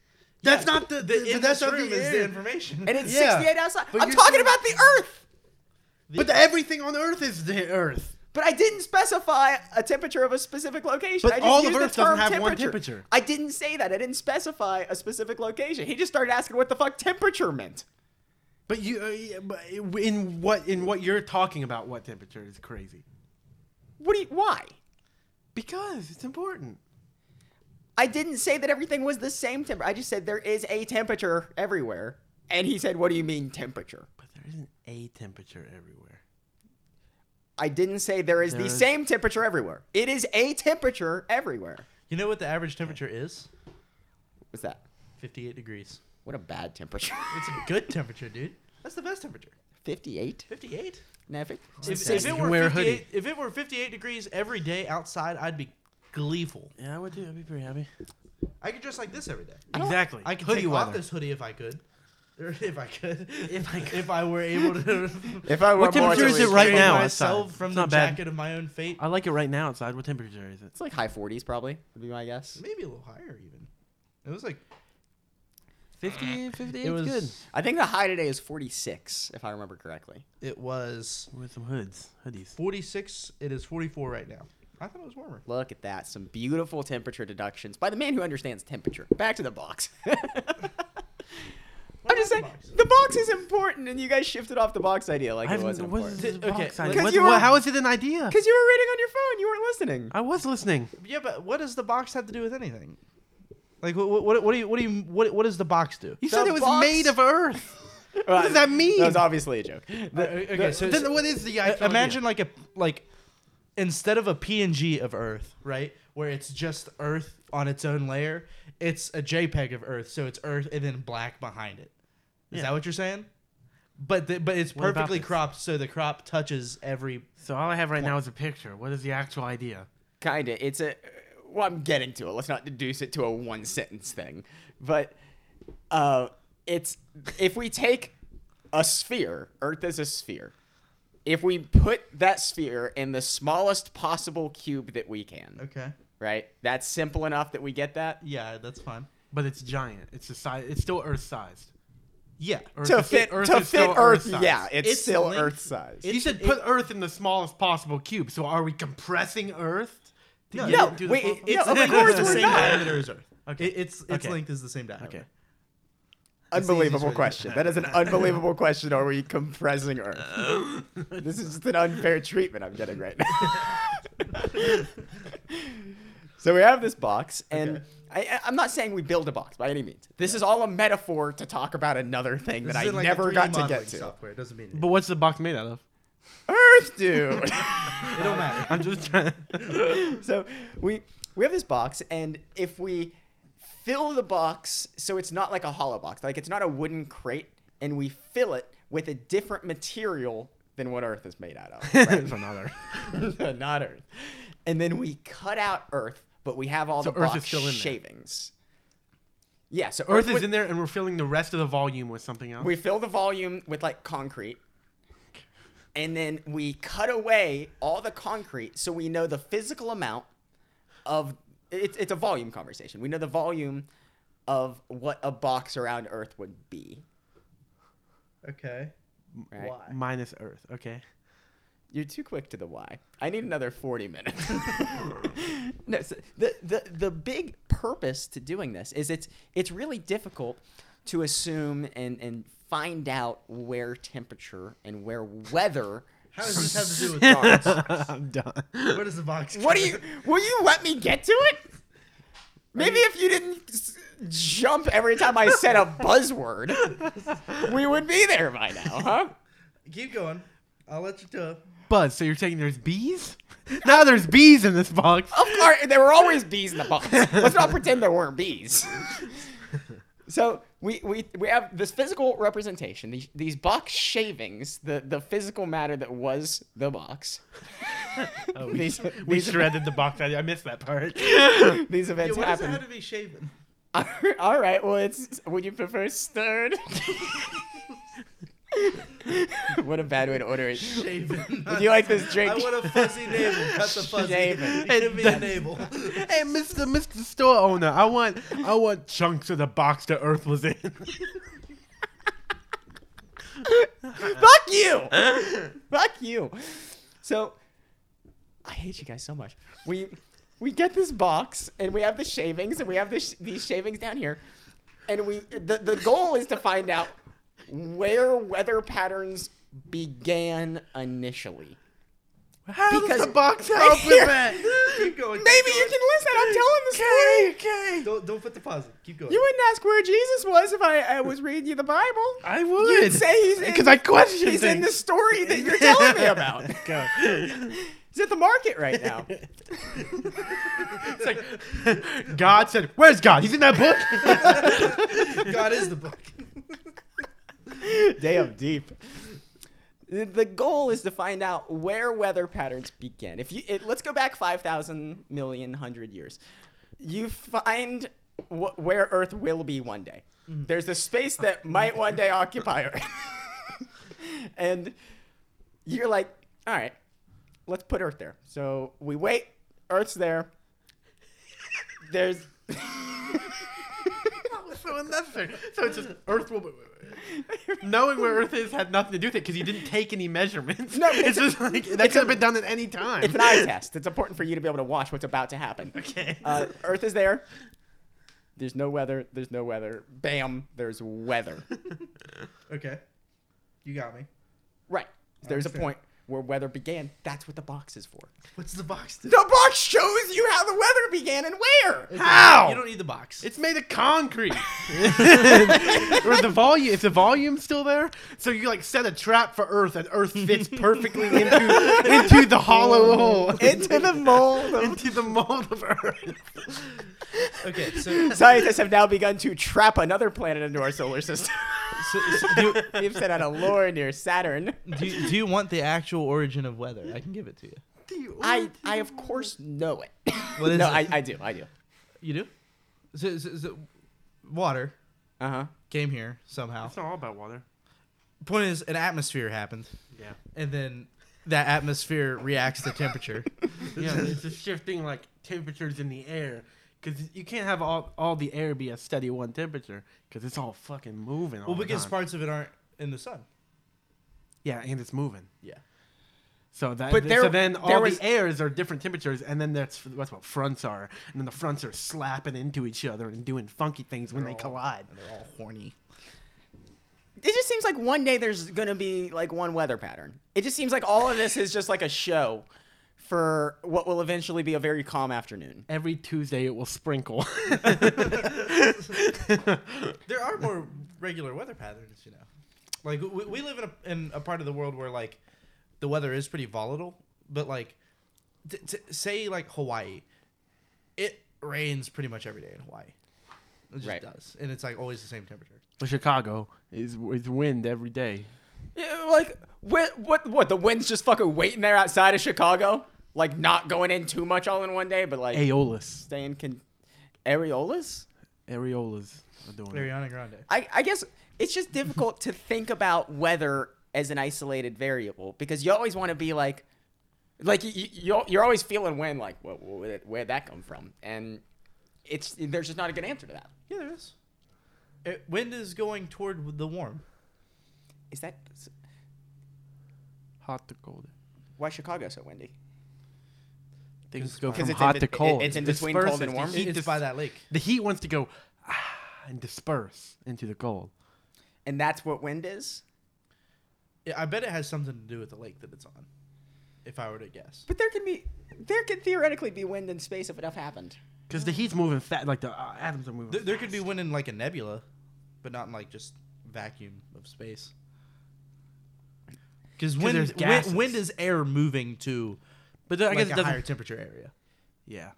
S3: That's not the, the,
S1: in this
S3: that's not the,
S1: room
S3: is
S1: is
S3: the
S1: the
S3: information.
S4: and it's
S1: Yeah,
S4: 68 outside.
S1: but
S4: I'm
S1: you're
S4: talking
S1: saying-
S4: about the Earth.
S1: But the, everything on Earth is the Earth.
S4: But I didn't specify a temperature of a specific location.
S1: But
S4: I just
S1: all
S4: used
S1: of
S4: the
S1: Earth doesn't
S4: term
S1: have
S4: temperature.
S1: one temperature.
S4: I didn't say that. I didn't specify a specific location. He just started asking what the fuck temperature meant.
S1: But you, uh, yeah, but in what in what you're talking about, what temperature is crazy?
S4: What do you, why?
S1: Because it's important.
S4: I didn't say that everything was the same temperature. I just said there is a temperature everywhere. And he said, "What do you mean temperature?"
S1: But there isn't a temperature everywhere.
S4: I didn't say there is
S1: There
S4: the
S1: is-
S4: same temperature everywhere. It is a temperature everywhere.
S3: You know what the average temperature is?
S4: What's that?
S3: 58 degrees.
S4: What a bad temperature. <laughs>
S3: It's a good temperature, dude. That's the best temperature.
S4: 58?
S3: 58.
S4: Nah, fif-
S3: If,
S1: says
S3: if it
S1: you can
S3: were
S1: wear a
S3: 58, if it were 58 degrees every day outside, I'd be gleeful.
S1: Yeah, I would too. I'd be pretty happy.
S3: I could dress like this every day.
S1: Exactly.
S3: I could
S1: Hoodie
S3: take off
S1: weather.
S3: this hoodie if I could. <laughs> Or if I could. If I could. <laughs> if I were able <laughs> to.
S4: If I were
S1: What
S4: more
S1: temperature is it
S4: delicious-
S1: right
S3: save
S1: now
S3: Myself
S1: outside?
S3: from
S1: It's
S3: the
S1: not bad.
S3: jacket of my own fate.
S1: I like it right now outside. What temperature is it?
S4: It's like high 40s probably. Would be my guess.
S3: Maybe a little higher even. It was like
S1: 50, 50
S3: it was
S1: good.
S4: I think the high today is 46 if I remember correctly.
S3: it was
S1: With some hoods, hoodies.
S3: 46. It is 44 right now. I thought it was warmer.
S4: Look at that. Some beautiful temperature deductions by the man who understands temperature. Back to the box. <laughs> I'm just
S3: the
S4: saying,
S3: box?
S4: the box is important, and you guys shifted off the box idea like
S1: I
S4: it
S1: haven't-
S4: wasn't
S1: what is
S4: important.
S1: this
S3: Th- okay,
S1: box idea?
S3: let's-
S1: What-
S4: you
S1: what-
S4: were-
S1: how is it an idea?
S4: Because you were reading on your phone, you weren't listening.
S1: I was listening.
S3: Yeah, but what does the box have to do with anything? Like what what what do you what do you what, what does the box do?
S1: You
S4: The
S1: said it was
S4: box-
S1: made of Earth.
S4: what
S1: does that mean?
S4: That was obviously a joke.
S3: Uh, okay, so
S1: then what is the
S3: I-
S1: actual
S3: imagine
S1: idea?
S3: like a like instead of a PNG of Earth, right, where it's just Earth on its own layer, it's a JPEG of Earth, so it's Earth and then black behind it. Is
S1: Yeah.
S3: that what you're saying? But the, but it's
S1: What about
S3: perfectly
S1: this?
S3: cropped, so the crop touches every.
S1: So all I have right now is a picture. What is the actual idea?
S4: Kinda. It's a. Well, I'm getting to it. Let's not deduce it to a one sentence thing. But uh, it's if we take a sphere, Earth is a sphere. If we put that sphere in the smallest possible cube that we can,
S3: Okay.
S4: right? That's simple enough that we get that.
S3: Yeah, that's fine.
S1: But it's giant. It's the size. It's still Earth sized.
S3: Yeah.
S1: Earth
S4: to
S1: is-
S4: fit
S1: Earth
S4: to
S1: is
S4: fit
S1: still
S4: Earth,
S1: Earth-sized.
S4: yeah, it's,
S3: It's
S4: still
S3: linked-
S4: Earth size.
S3: it-
S1: you said put Earth in the smallest possible cube. So are we compressing Earth? to
S3: No,
S1: get
S3: no,
S1: it to the
S4: wait,
S1: full-
S4: it- No, of course
S3: the
S4: we're
S3: same
S4: not.
S3: diameter as Earth.
S1: Okay.
S3: It, it's its
S1: Okay.
S3: length is the same diameter.
S1: Okay.
S3: That's the easiest way
S4: Unbelievable
S3: to-
S4: question. That is an unbelievable question. Are we compressing
S3: Uh,
S4: Earth? this is just an unfair treatment I'm getting right now. so we have this box, and I I, I'm not saying we build a box by any means. This is all a metaphor to talk about another thing
S3: This
S4: that I
S3: isn't like a
S4: never
S3: 3D
S4: got to
S3: modeling
S4: get to.
S3: Software. It doesn't mean
S1: But what's the box made out of?
S3: <laughs>
S4: Earth, dude.
S3: anything. it don't matter.
S1: I'm just trying.
S3: <laughs>
S1: to...
S4: <laughs> so we we have this box, and if we fill the box, so it's not like a hollow box, like it's not a wooden crate, and we fill it with a different material than what Earth is made out of. right?
S1: So not Earth. <laughs>
S4: not Earth. And then we cut out Earth, but we have all
S1: So
S4: the
S1: Earth
S4: box
S1: is still in there.
S4: shavings. Yeah, so
S1: Earth is
S4: would-
S1: in there, and we're filling the rest of the volume with something else.
S4: we fill the volume with like concrete. And then we cut away all the concrete so we know the physical amount of it's it's a volume conversation. We know the volume of what a box around Earth would be.
S3: Okay.
S4: Right?
S1: Minus Earth. Okay.
S4: You're too quick to the why. I need another 40 minutes.
S3: <laughs>
S4: no, so the, the the big purpose to doing this is it's it's really difficult to assume and and find out where temperature and where weather
S3: How does this have to do with
S4: <laughs>
S3: dogs?
S1: <laughs> I'm done.
S3: Where does the box?
S4: What do you will you let me get to it? Maybe if you didn't s- jump every time I said a buzzword, we would be there by now, huh?
S3: Keep going. I'll let you do it.
S1: Buzz, so you're saying there's
S3: <laughs>
S1: bees? now there's bees in this box.
S3: Oh,
S4: Of course, there were always bees in the box. Let's not pretend there weren't bees. So we, we, we have this physical representation, these, these box shavings, the, the physical matter that was
S3: <laughs>
S4: the box. these,
S1: Oh, <laughs> We
S4: these,
S1: shredded the box. I, I missed that
S3: <laughs>
S1: part.
S4: these events
S3: what does it
S4: happened.
S3: have to be shaven?
S4: <laughs> All right. Well, it's. Would you prefer stirred?
S3: <laughs>
S4: what a bad way to order
S3: <laughs>
S4: it.
S3: Shaven. <laughs>
S4: Would you like this drink?
S3: I want a fuzzy navel. Cut the fuzzy.
S4: Shaven.
S3: <laughs> Give me a navel. <laughs>
S1: Hey, Mr. Mr. Store Owner, I want <laughs> I want chunks of the box the Earth was in.
S4: Fuck you! Fuck you! So, I hate you guys so much. We we get this box and we have the shavings and we have this, these shavings down here, and we the the goal is to find out where weather patterns began initially.
S1: How
S4: Because-
S1: does the box
S4: right
S1: help
S4: here.
S1: with that?
S3: Keep going. keep
S4: Maybe you
S3: going.
S4: can listen. I'm telling the story.
S1: Okay, okay.
S3: Don't, don't put the pause. in. Keep going.
S4: You
S3: <laughs>
S4: wouldn't ask where Jesus was if I, I was reading you the Bible.
S1: I
S4: You'd
S1: would.
S4: say he's in-
S1: Because I question
S4: He's in
S1: things.
S4: the <laughs> story that you're telling me about.
S1: <laughs> Go.
S4: He's at the market right <laughs> now.
S1: It's like God said, "Where's God? He's in that book."
S3: God is the book.
S4: <laughs> Damn deep. The- The goal is to find out where weather patterns begin. If you it, let's go back five thousand million hundred years, you find wh- where Earth will be one day. There's a space that might one day occupy Earth, <laughs> and you're like, all right, let's put Earth there. So we wait. Earth's there. There's
S1: so unnecessary. So it's just Earth will. Knowing where Earth is had nothing to do with it because you didn't take any measurements.
S4: No,
S1: it's, just like that could have been done at any time.
S4: it's an eye <laughs> test. It's important for you to be able to watch what's about to happen.
S1: okay.
S4: Uh, Earth is there. There's no weather. There's no weather. Bam. There's <laughs> weather.
S3: Okay. You got me.
S4: Right. There's a
S3: understand.
S4: point where weather began. That's what the box is for.
S3: What's the box? do?
S4: The box shows you how the weather began and where.
S1: How?
S3: You don't need the box.
S1: It's made of concrete. <laughs> or the volume. Is the volume still there? So you like set a trap for Earth, and Earth fits perfectly into into the hollow <laughs> hole,
S4: <laughs> Into the mold. Of- <laughs>
S1: into the mold of Earth.
S3: <laughs> okay. So, so,
S4: Scientists have now begun to trap another planet into our solar system. <laughs>
S3: so do,
S4: They've sent out a lure near Saturn.
S3: do, you- do you want the actual origin of weather? I can give it to you.
S4: I, I of course know it.
S3: What is
S4: no,
S3: it?
S4: I, I do. I do.
S3: You do? So, so, so water
S4: Uh huh.
S3: came here somehow.
S1: It's not all about water.
S3: Point is, an atmosphere happened,
S1: Yeah.
S3: and then that atmosphere reacts to temperature.
S1: Yeah, it's just shifting like temperatures in the air because you can't have all, all the air be a steady one temperature because it's all fucking moving. All
S3: well,
S1: the
S3: because
S1: time.
S3: parts of it aren't in the sun.
S1: yeah, and it's moving.
S4: Yeah.
S1: So that
S4: But there-
S1: so then
S4: there
S1: all
S4: was-
S1: the airs are different temperatures, and then that's that's what fronts are, and then the fronts are slapping into each other and doing funky things when they
S4: Oh.
S1: collide.
S3: And they're all horny.
S4: it just seems like one day there's gonna be like one weather pattern. It just seems like all of this is just like a show for what will eventually be a very calm afternoon.
S1: Every Tuesday it will
S4: <laughs>
S1: sprinkle.
S3: There are more regular weather patterns, you know. Like we, we live in a in a part of the world where like the weather is pretty volatile, but like t- t- say like Hawaii, it rains pretty much every day in Hawaii. It just
S4: Right.
S3: does, and it's like always the same temperature.
S1: But Chicago is is wind every day.
S4: Yeah, like what? What? What? The wind's just fucking waiting there outside of Chicago, like not going in too much all in one day, but like
S1: Aeolus,
S4: staying con. Areolas?
S1: areolas are doing it.
S3: Ariana Grande.
S4: I, I guess it's just difficult to think about weather as an isolated variable because you always want to be like, like you, you you're- you're always feeling when like where where where'd that come from and it's there's just not a good answer to that.
S3: Yeah, there is. It, wind is going toward the warm.
S4: Is that
S1: hot to cold.
S4: why Chicago so windy?
S1: Things go
S4: 'Cause
S1: from
S4: it's in
S1: hot
S4: be-
S1: to
S4: it-
S1: cold.
S4: it's in between cold
S1: Disperses.
S4: and warm?
S1: The
S3: It-
S1: heat,
S3: it's
S1: dis-
S3: by that lake.
S1: the heat wants to go ah, and disperse into the cold.
S4: And that's what wind is.
S3: Yeah, I bet it has something to do with the lake that it's on. If I were to guess,
S4: But there can be there can theoretically be wind in space if enough happened.
S1: Because the heat's moving fast, like the uh, atoms are moving.
S3: there, there could be wind in like a nebula, but not in like just vacuum of space. Because
S1: there's
S3: wind,
S1: gases.
S3: wind, wind is air moving to
S1: but then, I
S3: like
S1: guess
S3: a
S1: it doesn't.
S3: higher temperature area.
S1: yeah.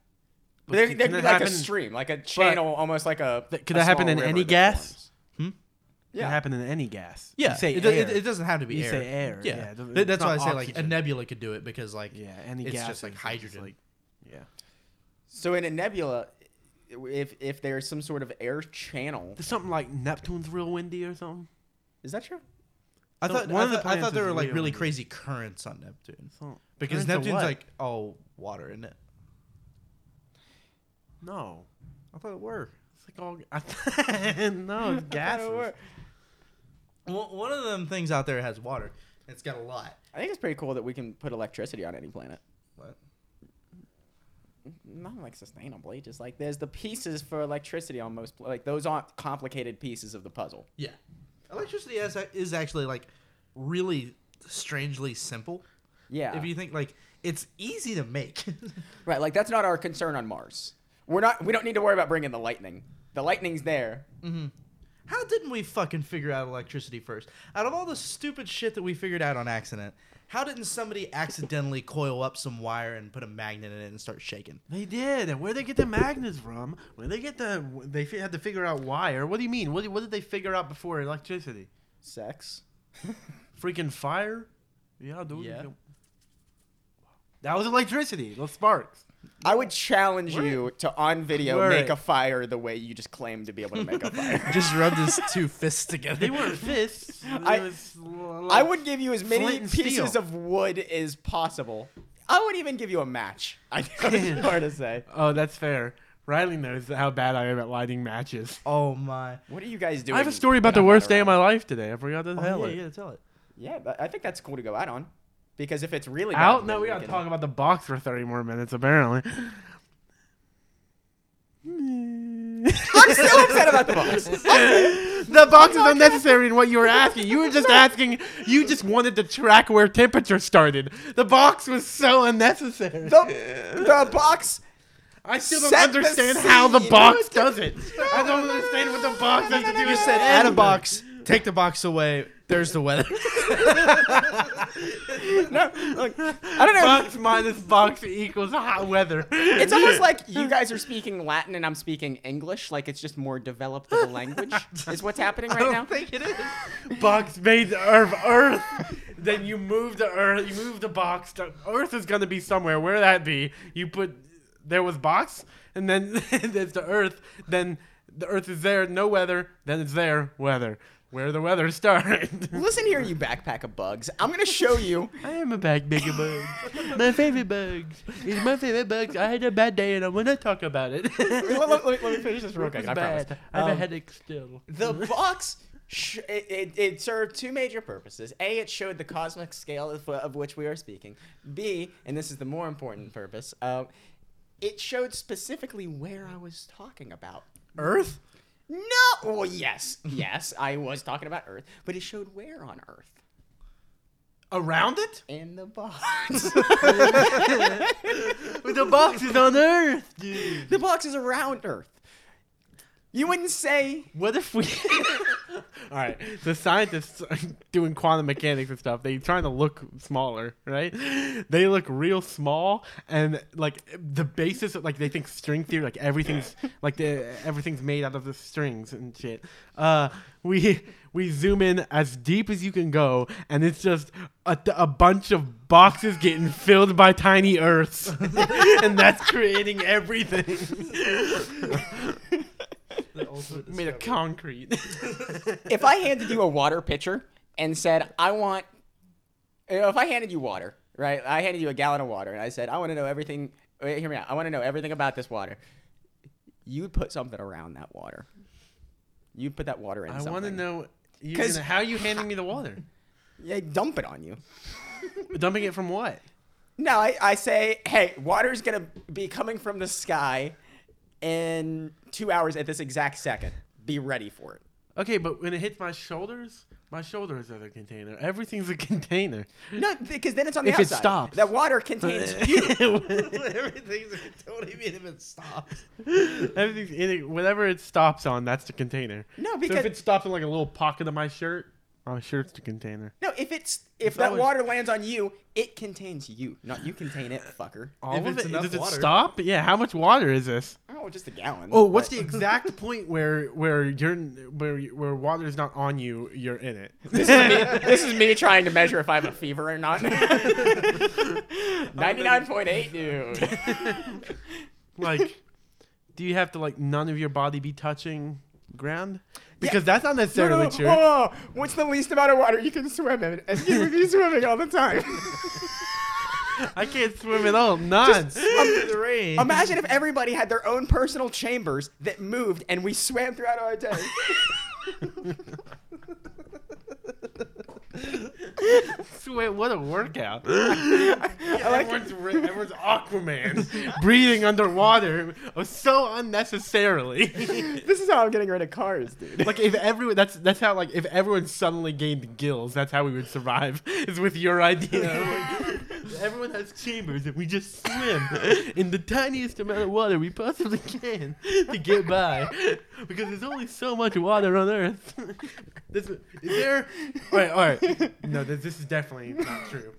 S1: But
S4: There,
S1: can
S4: there
S1: that
S4: could be like
S1: happen-
S4: a stream, like a channel, almost like a.
S1: Th- could
S4: a
S1: that happen
S4: small
S1: in
S4: river
S1: any
S4: that
S1: gas?
S4: forms.
S1: It Could
S4: Yeah.
S1: happen in any gas.
S3: Yeah,
S1: You say
S3: it, do-
S1: air.
S3: it, it doesn't have to be
S1: You
S3: air.
S1: say air,
S3: Yeah,
S1: yeah, it doesn't-
S3: Th-
S1: it's
S3: that's why I
S1: not
S3: say like a
S1: oxygen.
S3: nebula could do it because like
S1: yeah, any
S3: it's
S1: gas.
S3: just like
S1: is
S3: hydrogen.
S1: like- yeah.
S4: So in a nebula, if if there's some sort of air channel,
S1: There's something like Neptune's real windy or something.
S4: is that true?
S3: I
S1: So
S3: thought
S1: one
S3: I
S1: of the
S3: thought- I
S1: planets
S3: thought there
S1: is
S3: were like
S1: real.
S3: really crazy currents on Neptune
S1: So- Turns
S3: because
S1: to
S3: Neptune's
S1: what?
S3: like all water in it.
S1: no,
S3: I thought it were.
S1: <laughs> it's like all I- no it's
S4: I
S1: gases.
S4: don't know.
S3: One one of them things out there has water. It's got a lot.
S4: I think it's pretty cool that we can put electricity on any planet.
S3: What?
S4: Not like sustainably, just like there's the pieces for electricity on most pla- like those aren't complicated pieces of the puzzle.
S3: Yeah. Electricity is, is actually like really strangely simple.
S4: Yeah.
S3: If you think like it's easy to make. <laughs>
S4: Right, like that's not our concern on Mars. We're not. We don't need to worry about bringing the lightning. The lightning's there.
S3: How didn't we fucking figure out electricity first? Out of all the stupid shit that we figured out on accident, how didn't somebody accidentally coil up some wire and put a magnet in it and start shaking?
S1: They did, and where they get the magnets from? Where they get the? They fi- had to figure out wire. What do you mean? What, did- what did they figure out before electricity?
S4: Sex.
S1: Freaking fire? Yeah, dude.
S3: Yeah.
S1: That was electricity. Those sparks.
S4: I would challenge you to on video
S1: Word.
S4: make a fire the way you just claim to be able to
S1: <laughs>
S4: make a fire.
S3: Just rubbed <laughs> his two fists together.
S1: They
S4: <laughs>
S1: weren't fists. It
S4: I-
S1: was l-
S4: <laughs> I
S1: like-
S4: would give you as many
S1: Flint and
S4: pieces
S1: steel.
S4: of wood as possible. I would even give you a match. I <laughs> know
S1: <laughs>
S4: it's hard to say.
S1: Oh, that's fair. Riley knows how bad I am at lighting matches.
S3: Oh my.
S4: What are you guys doing?
S1: I have a story about
S4: when
S1: the
S4: I'm not
S1: worst day of my
S4: around?
S1: life today. I forgot to tell
S3: Oh,
S1: it.
S3: yeah, yeah, tell it.
S4: Yeah, but I think that's cool to go out on, because if it's really
S1: Out?
S4: bad,
S1: No,
S4: then
S1: we gotta
S4: can-
S1: talk about the box for thirty more minutes.
S4: <laughs>
S1: Apparently.
S4: I'm still upset about
S1: <laughs>
S4: the box.
S1: The box is unnecessary in what you were asking. You were just asking. You just wanted to track where temperature started. The box was so unnecessary.
S4: The, the box
S1: I still don't
S4: Set the
S1: understand how the
S4: scene.
S1: box does it. I
S4: <laughs>
S1: don't understand what the box has to do.
S3: You
S1: with
S3: said
S1: the
S3: add a
S1: end.
S3: box, take the box away. There's the <laughs> weather.
S4: No, look, I don't know.
S1: Box minus box equals hot weather.
S4: It's almost like you guys are speaking Latin and I'm speaking English. Like it's just more developed of a language is what's
S1: <laughs>
S4: happening right now.
S3: think it is.
S1: <laughs> box made of earth. Then you move the earth. You move the box. To, earth is gonna be somewhere. Where that be? You put there was box, and then <laughs> there's the earth. Then the earth is there. No weather. Then it's there. Weather. Where the weather <laughs> started.
S4: Listen here, you backpack of bugs. I'm gonna show
S1: <laughs>
S4: you.
S1: I am a bag bigger bug. my favorite bugs. It's my favorite bugs. I had a bad day and I want to talk about <laughs> it.
S4: Let, let- let me- let me finish this real quick. I promise.
S1: I have
S4: Um,
S1: a headache still. <laughs>
S4: The box. Sh- it, it, it served two major purposes. A, it showed the cosmic scale of, of which we are speaking. B, and this is the more important purpose, uh, it showed specifically where I was talking about.
S3: Earth?
S4: No! Well, yes, yes, I was talking about Earth, but it showed where on Earth?
S1: Around it?
S4: In
S1: <laughs>
S4: the box. <laughs>
S1: The box is on Earth, dude.
S4: The box is around Earth. You wouldn't say.
S1: What if we? <laughs> All right, the scientists are doing quantum mechanics and stuff. They trying to look smaller, right? They look real small, and like the basis, of, like they think string theory, like everything's like the, everything's made out of the strings and shit. Uh, we we zoom in as deep as you can go, and it's just a, a bunch of boxes getting filled by tiny Earths, <laughs> and that's creating everything. Made of <laughs> concrete.
S4: If I handed you a water pitcher and said, I want. You know, if I handed you water, right? I handed you a gallon of water and I said, I want to know everything. Wait, hear me out. I want to know everything about this water. You would put something around that water. You'd put that water in
S1: I
S4: something.
S1: want to know you
S4: 'Cause-
S1: gonna- how you handing me the <laughs> water.
S4: Yeah, dump it on you.
S1: Dumping it from what?
S4: No, I, I say, hey, water's going to be coming from the sky in two hours at this exact second. Be ready for it.
S1: Okay, but when it hits my shoulders, my shoulders are the container. Everything's a <laughs> container.
S4: No, because then it's on the
S1: If it
S4: outside.
S1: stops.
S4: That
S1: <laughs>
S4: water contains you.
S3: Everything's totally mean if it stops.
S1: Everything's in it. Whatever it stops on, that's the container.
S4: No,
S1: so
S4: because-
S1: if it stops in like a little pocket of my shirt, my shirt's the container.
S4: No, if it's if
S1: It's
S4: that
S1: always-
S4: water lands on you, it contains you. Not you contain it, fucker.
S1: All
S3: If
S1: of
S3: it's
S1: it.
S3: enough
S1: Does it
S3: water.
S1: stop? Yeah. How much water is this?
S4: Oh, just a gallon.
S1: Oh, what's <laughs> the
S4: But-
S1: exact point where where you're where where water's not on you? You're in <laughs> it.
S4: <laughs> This is, me, this is me trying to measure if I have a fever or <laughs> not. Ninety-nine point eight, <laughs> dude.
S1: <laughs> like do you have to like none of your body be touching ground because that's not necessarily true
S4: Oh, what's the least amount of water you can swim in? And you would be swimming all the time.
S1: i can't swim at all <laughs> none
S3: the rain.
S4: Imagine if everybody had their own personal chambers that moved, and we swam throughout our day.
S1: Sweat, what a <laughs> workout.
S4: I like
S1: everyone's, ri- everyone's Aquaman <laughs> breathing underwater oh, so unnecessarily. <laughs>
S4: this is how I'm getting rid of cars, dude.
S1: like if everyone that's that's how like if everyone suddenly gained gills, that's how we would survive. <laughs> Is with your idea. <laughs> Like, everyone has chambers and we just swim <laughs> in the tiniest amount of water we possibly can to get by. <laughs> Because there's only so much water on Earth. <laughs> this, is there all right, all right. No, this, this is definitely not true.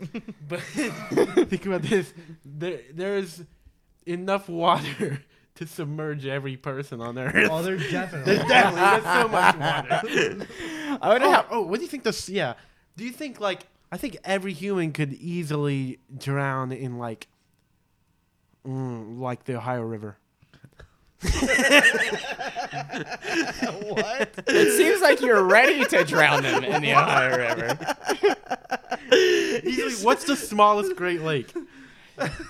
S1: But <laughs> think about this. There there's enough water <laughs> to submerge every person on Earth.
S3: Oh, they're
S1: There's
S3: definitely.
S1: definitely that's so much water.
S4: <laughs> I wonder
S1: oh,
S4: how.
S1: oh, what do you think this? Yeah, do you think like I think every human could easily drown in like, mm, like the Ohio River.
S3: what?
S4: It seems like you're ready to drown them in the Ohio River.
S1: <laughs> Easily, what's the smallest Great Lake?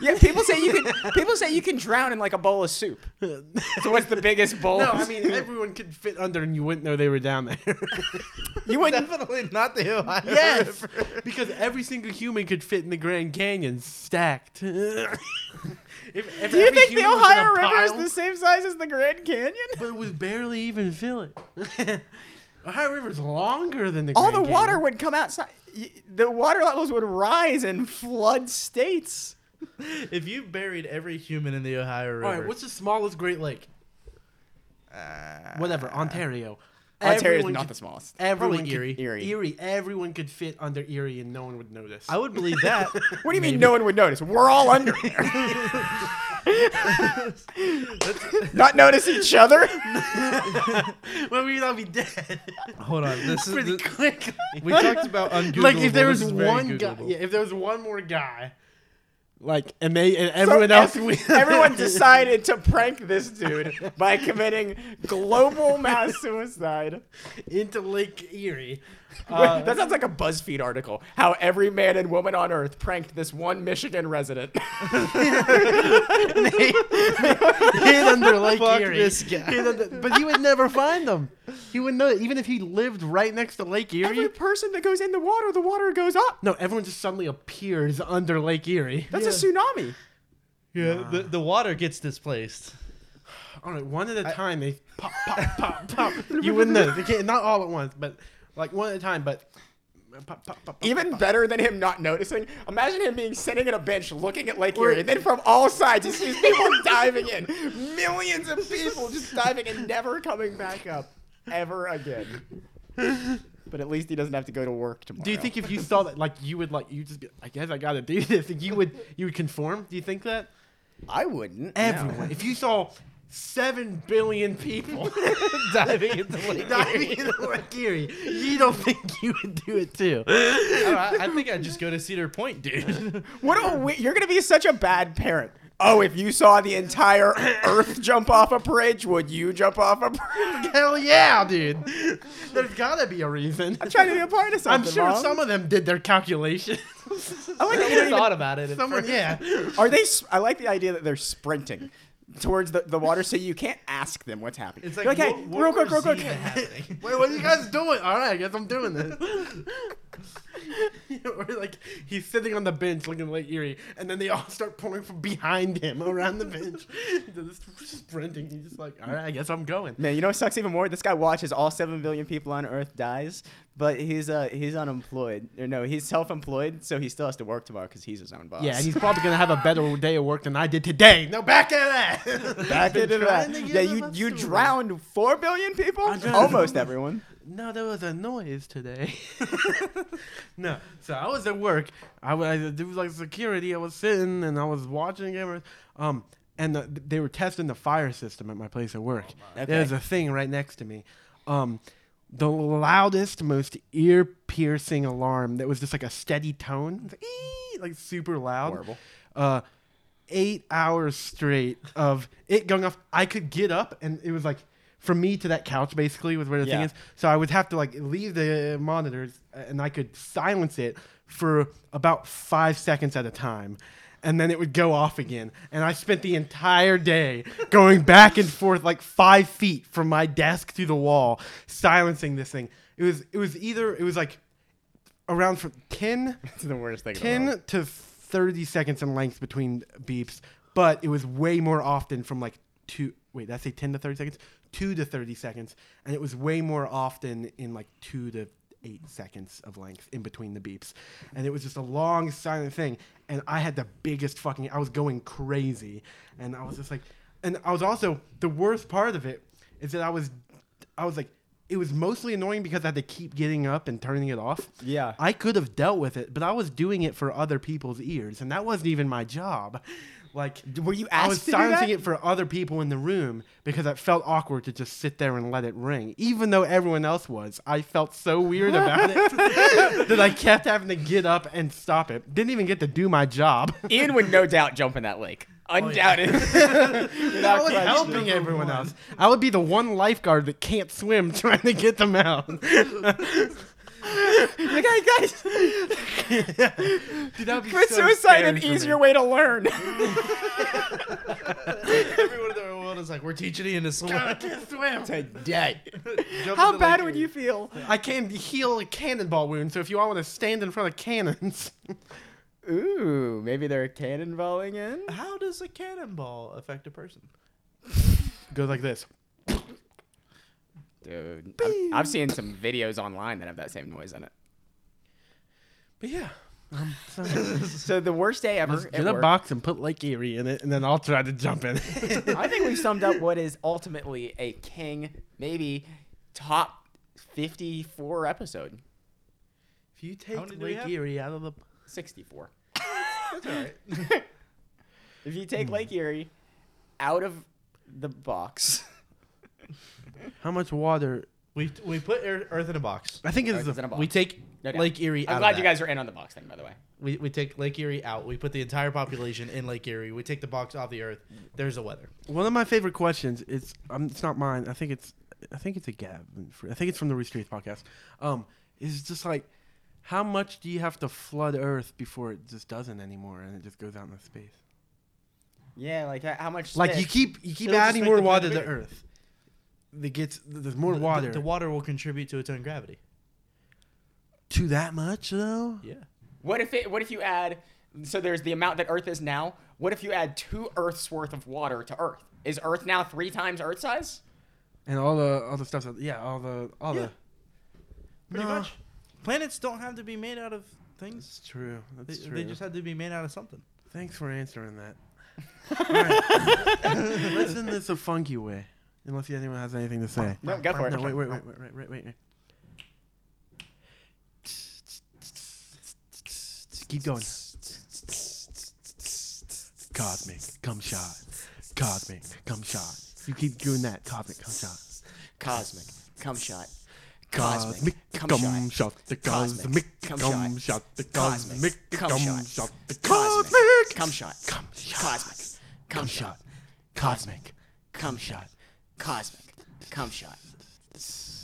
S4: Yeah, people say you can. People say you can drown in like a bowl of soup.
S1: no,
S4: <laughs> So what's the biggest bowl?
S1: I mean everyone could fit under, and you wouldn't know they were down there. <laughs>
S4: you wouldn't.
S3: definitely not the Ohio
S1: yes,
S3: River.
S1: <laughs> because every single human could fit in the Grand Canyon, stacked. <laughs> if, if
S4: <laughs> Do you
S1: every
S4: think the
S1: human was in a
S4: Ohio River is
S1: pile-
S4: the same size as the Grand Canyon?
S1: but it would barely even fill it. <laughs> Ohio River's longer than the
S4: All
S1: Grand
S4: the
S1: Canyon.
S4: water would come outside. Y- The water levels would rise and flood states.
S3: If you buried every human in the Ohio River,
S1: All right, what's the smallest Great Lake?
S3: uh,
S1: Whatever, Ontario.
S4: Ontario is
S1: Everyone
S4: not
S1: could-
S4: the smallest.
S1: Everyone
S3: Probably
S1: could-
S3: Erie.
S4: Erie.
S1: Erie. Everyone could fit under Erie, and no one would notice.
S3: I would believe <laughs> that.
S4: What do you mean no one would notice? We're all <laughs> under there. Not notice each other?
S1: <laughs> well, we'd all be
S4: <laughs>
S1: dead
S3: Hold on, this
S1: <laughs>
S3: is
S1: pretty
S3: the,
S1: quickly.
S3: we talked about ungoogleable.
S1: like if there was
S3: This is very
S1: one guy,
S3: Googleable.
S1: yeah, if there was one more guy, like and they and everyone
S4: So
S1: else,
S4: ev-
S1: we, <laughs>
S4: everyone decided to prank this dude by committing <laughs> global mass suicide.
S1: into Lake Erie.
S4: Wait, <laughs>
S1: Uh,
S4: that sounds like a BuzzFeed article. How every man and woman on Earth pranked this one Michigan resident.
S1: <laughs>
S4: <laughs>
S1: hid under Lake
S3: Fuck
S1: Erie.
S3: this guy.
S1: Hid under- but you would never find them. You would know even if he lived right next to Lake Erie.
S4: Every person that goes in the water, the water goes up.
S1: no, everyone just suddenly appears under Lake Erie.
S4: That's a tsunami.
S1: Oh
S3: Yeah, the, the water gets displaced.
S1: all right, one at a time. They pop, <laughs> pop, pop, pop. you wouldn't know. They can't, not all at once, but like one at a time. But pop, pop, pop, pop.
S4: Even better than him not noticing. Imagine him being sitting at a bench looking at Lake Erie, and then from all sides he sees people <laughs> diving in. Millions of people just <laughs> diving and never coming back up
S1: <laughs>
S4: ever again. But at least he doesn't have to go to work tomorrow.
S1: Do you think if you saw that, like you would like you just be? I guess I gotta do <laughs> this. And you would you would conform? Do you think that?
S4: I wouldn't?
S1: Everyone. If you saw seven billion people <laughs>
S3: Diving into Lake
S1: diving into Lake Erie, <laughs> you don't think you would do it too?
S3: Oh, I, I think I'd just go to Cedar Point, dude.
S4: What a we- you're gonna be such a bad parent. Oh, if you saw the entire <clears throat> Earth jump off a bridge, would you jump off a
S1: <laughs>
S4: bridge?
S1: Hell yeah, dude. There's gotta be a reason.
S4: I'm trying to be a part of
S1: I'm
S4: something.
S1: sure
S4: Mom.
S1: some of them did their
S3: <laughs>
S1: calculations.
S4: I like that you don't even
S3: thought about it. at
S1: Someone,
S3: first.
S1: yeah.
S4: Are they? s- I like the idea that they're sprinting towards the, the water, so you can't ask them what's happening.
S3: It's
S4: You're
S3: like,
S4: hey,
S3: what, what
S4: real quick,
S3: were
S4: real quick.
S3: Xena <laughs> happening?
S1: Wait, what are you guys doing? All right, I guess I'm doing this. <laughs> or like he's sitting on the bench looking at Lake Erie, and then they all start pouring from behind him around the bench. <laughs> They're just sprinting. He's just like, all right, I guess I'm going.
S4: Man, you know what sucks even more? This guy watches all seven billion people on Earth dies, but he's uh he's unemployed. Or no, he's self-employed, so he still has to work tomorrow because he's his own boss.
S1: Yeah, and he's probably gonna have a better day of work than I did today. No, back at that.
S4: back
S1: Been
S4: into
S1: <laughs> trying
S4: that.
S1: to get
S4: Yeah,
S1: him
S4: you
S1: up
S4: you
S1: to it.
S4: drowned four billion people,
S1: I drowned-
S4: almost everyone.
S1: No, there was a noise today. <laughs> no, so I was at work. I was, I there was like security. I was sitting and I was watching cameras. Um, and the, they were testing the fire system at my place of work. There's a thing right next to me. Um, the loudest, most ear-piercing alarm that was just like a steady tone, It's like, "Ee," like super loud.
S4: Horrible.
S1: Uh, eight hours straight of it going off. I could get up, and it was like from me to that couch basically was where the thing
S4: Yeah.
S1: is. So I would have to like leave the monitors, and I could silence it for about five seconds at a time. And then it would go off again. And I spent the entire day going back and forth like five feet from my desk to the wall, silencing this thing. It was it was either it was like around from 10,
S4: <laughs> It's the worst thing. in the world.
S1: 10 to 30 seconds in length between beeps, but it was way more often from like two. Wait, did I say 10 to 30 seconds? Two to 30 seconds. And it was way more often in like two to eight seconds of length in between the beeps. And it was just a long, silent thing. And I had the biggest fucking, I was going crazy. And I was just like, and I was also, the worst part of it is that I was, I was like, it was mostly annoying because I had to keep getting up and turning it off.
S2: Yeah.
S1: I could have dealt with it, but I was doing it for other people's ears, and that wasn't even my job. Like,
S4: Were you asked
S1: I was
S4: to do
S1: silencing
S4: that?
S1: it for other people in the room because it felt awkward to just sit there and let it ring, even though everyone else was. I felt so
S4: <laughs>
S1: weird about it <laughs> that I kept having to get up and stop it. Didn't even get to do my
S4: <laughs>
S1: job.
S4: Ian would no doubt jump in that lake.
S1: Oh, <laughs>
S4: Undoubted.
S1: I was helping everyone else. I would be the one lifeguard that can't swim <laughs> trying to get them
S4: <laughs>
S1: out. <laughs>
S4: Like, "Hey, guys,
S1: Dude, that would be
S4: quit
S1: so
S4: suicide
S1: scary
S4: an
S1: for me.
S4: easier way to learn. <laughs>
S3: Everyone in the world is like, we're teaching Ian to swim.
S1: <laughs> I can't swim.
S4: Today.
S3: <laughs> Jump in
S4: How
S3: the
S4: bad
S3: lake
S4: would
S3: here.
S4: you feel?
S1: I can heal a cannonball wound, so if you all want to stand in front of cannons, <laughs>
S4: Ooh, maybe they're cannonballing in.
S3: How does a cannonball affect a person?
S1: go like <laughs> this.
S4: Dude, I've, I've seen some videos online that have that same noise in it.
S1: But yeah, um, so
S4: So the worst day ever.
S1: just
S4: at
S1: get a
S4: work.
S1: box and put Lake Erie in it, and then I'll try to jump
S3: <laughs>
S1: in. <laughs>
S4: I think we summed up what is ultimately a king, maybe top 54 episode.
S1: if you
S3: How many
S1: take
S3: do we
S1: Lake <laughs>
S3: have?
S1: Erie out of the
S4: 64.
S3: That's all right.
S4: If you
S1: Hmm.
S4: take Lake Erie out of
S1: <laughs>
S4: the box,
S1: how much water?
S3: We we put Ear- Earth in a box.
S1: I think it's
S4: Earth is in
S1: the,
S4: a box.
S3: We take
S4: No doubt.
S3: Lake Erie. Out
S4: I'm
S3: of
S4: glad you
S3: that.
S4: guys are in on the box thing, by the way.
S3: We we take Lake Erie out. We put the entire population in Lake Erie. We take the box off the Earth. There's a weather.
S1: one of my favorite questions. It's um, it's not mine. I think it's I think it's a Gavin. fr- I think it's from the Rooster Teeth podcast. Um, is just like how much do you have to flood Earth before it just doesn't anymore and it just goes out into space?
S4: Yeah, like h- how much?
S1: Like you
S4: space?
S1: keep you keep
S3: It'll just
S1: adding
S3: make
S1: more
S3: the planet
S1: water to
S3: bigger.
S1: Earth. That gets there's more
S3: The- the-
S1: water.
S3: The, water will contribute to its own gravity.
S1: to that much though.
S3: Yeah.
S4: What if it? What if you add? So there's the amount that Earth is now. What if you add two Earths worth of water to Earth? Is Earth now three times Earth size?
S1: And all the all the stuff. That, yeah, all the all
S3: Yeah.
S1: the.
S3: Pretty
S1: Nah.
S3: much. Planets don't have to be made out of things.
S1: It's true.
S3: They,
S1: That's true.
S3: they just had to be made out of something.
S1: Thanks for answering
S3: <laughs>
S1: that. All right. <laughs> Let's end this a funky way. Unless anyone has anything to say.
S4: No, go for it.
S1: No, wait, wait, wait, wait, wait, wait, wait. wait. Keep going. Cosmic, come shot. Cosmic, come shot. You keep doing that. Cosmic, come shot.
S4: Cosmic, come shot.
S1: Cosmic gum shot, the cosmic gum shot, the cosmic gum shot, the cosmic
S4: Come shot.
S1: gum shot,
S4: Cosmic.
S1: gum shot, cosmic
S4: Come
S1: shot.
S4: Cosmic. Come shot.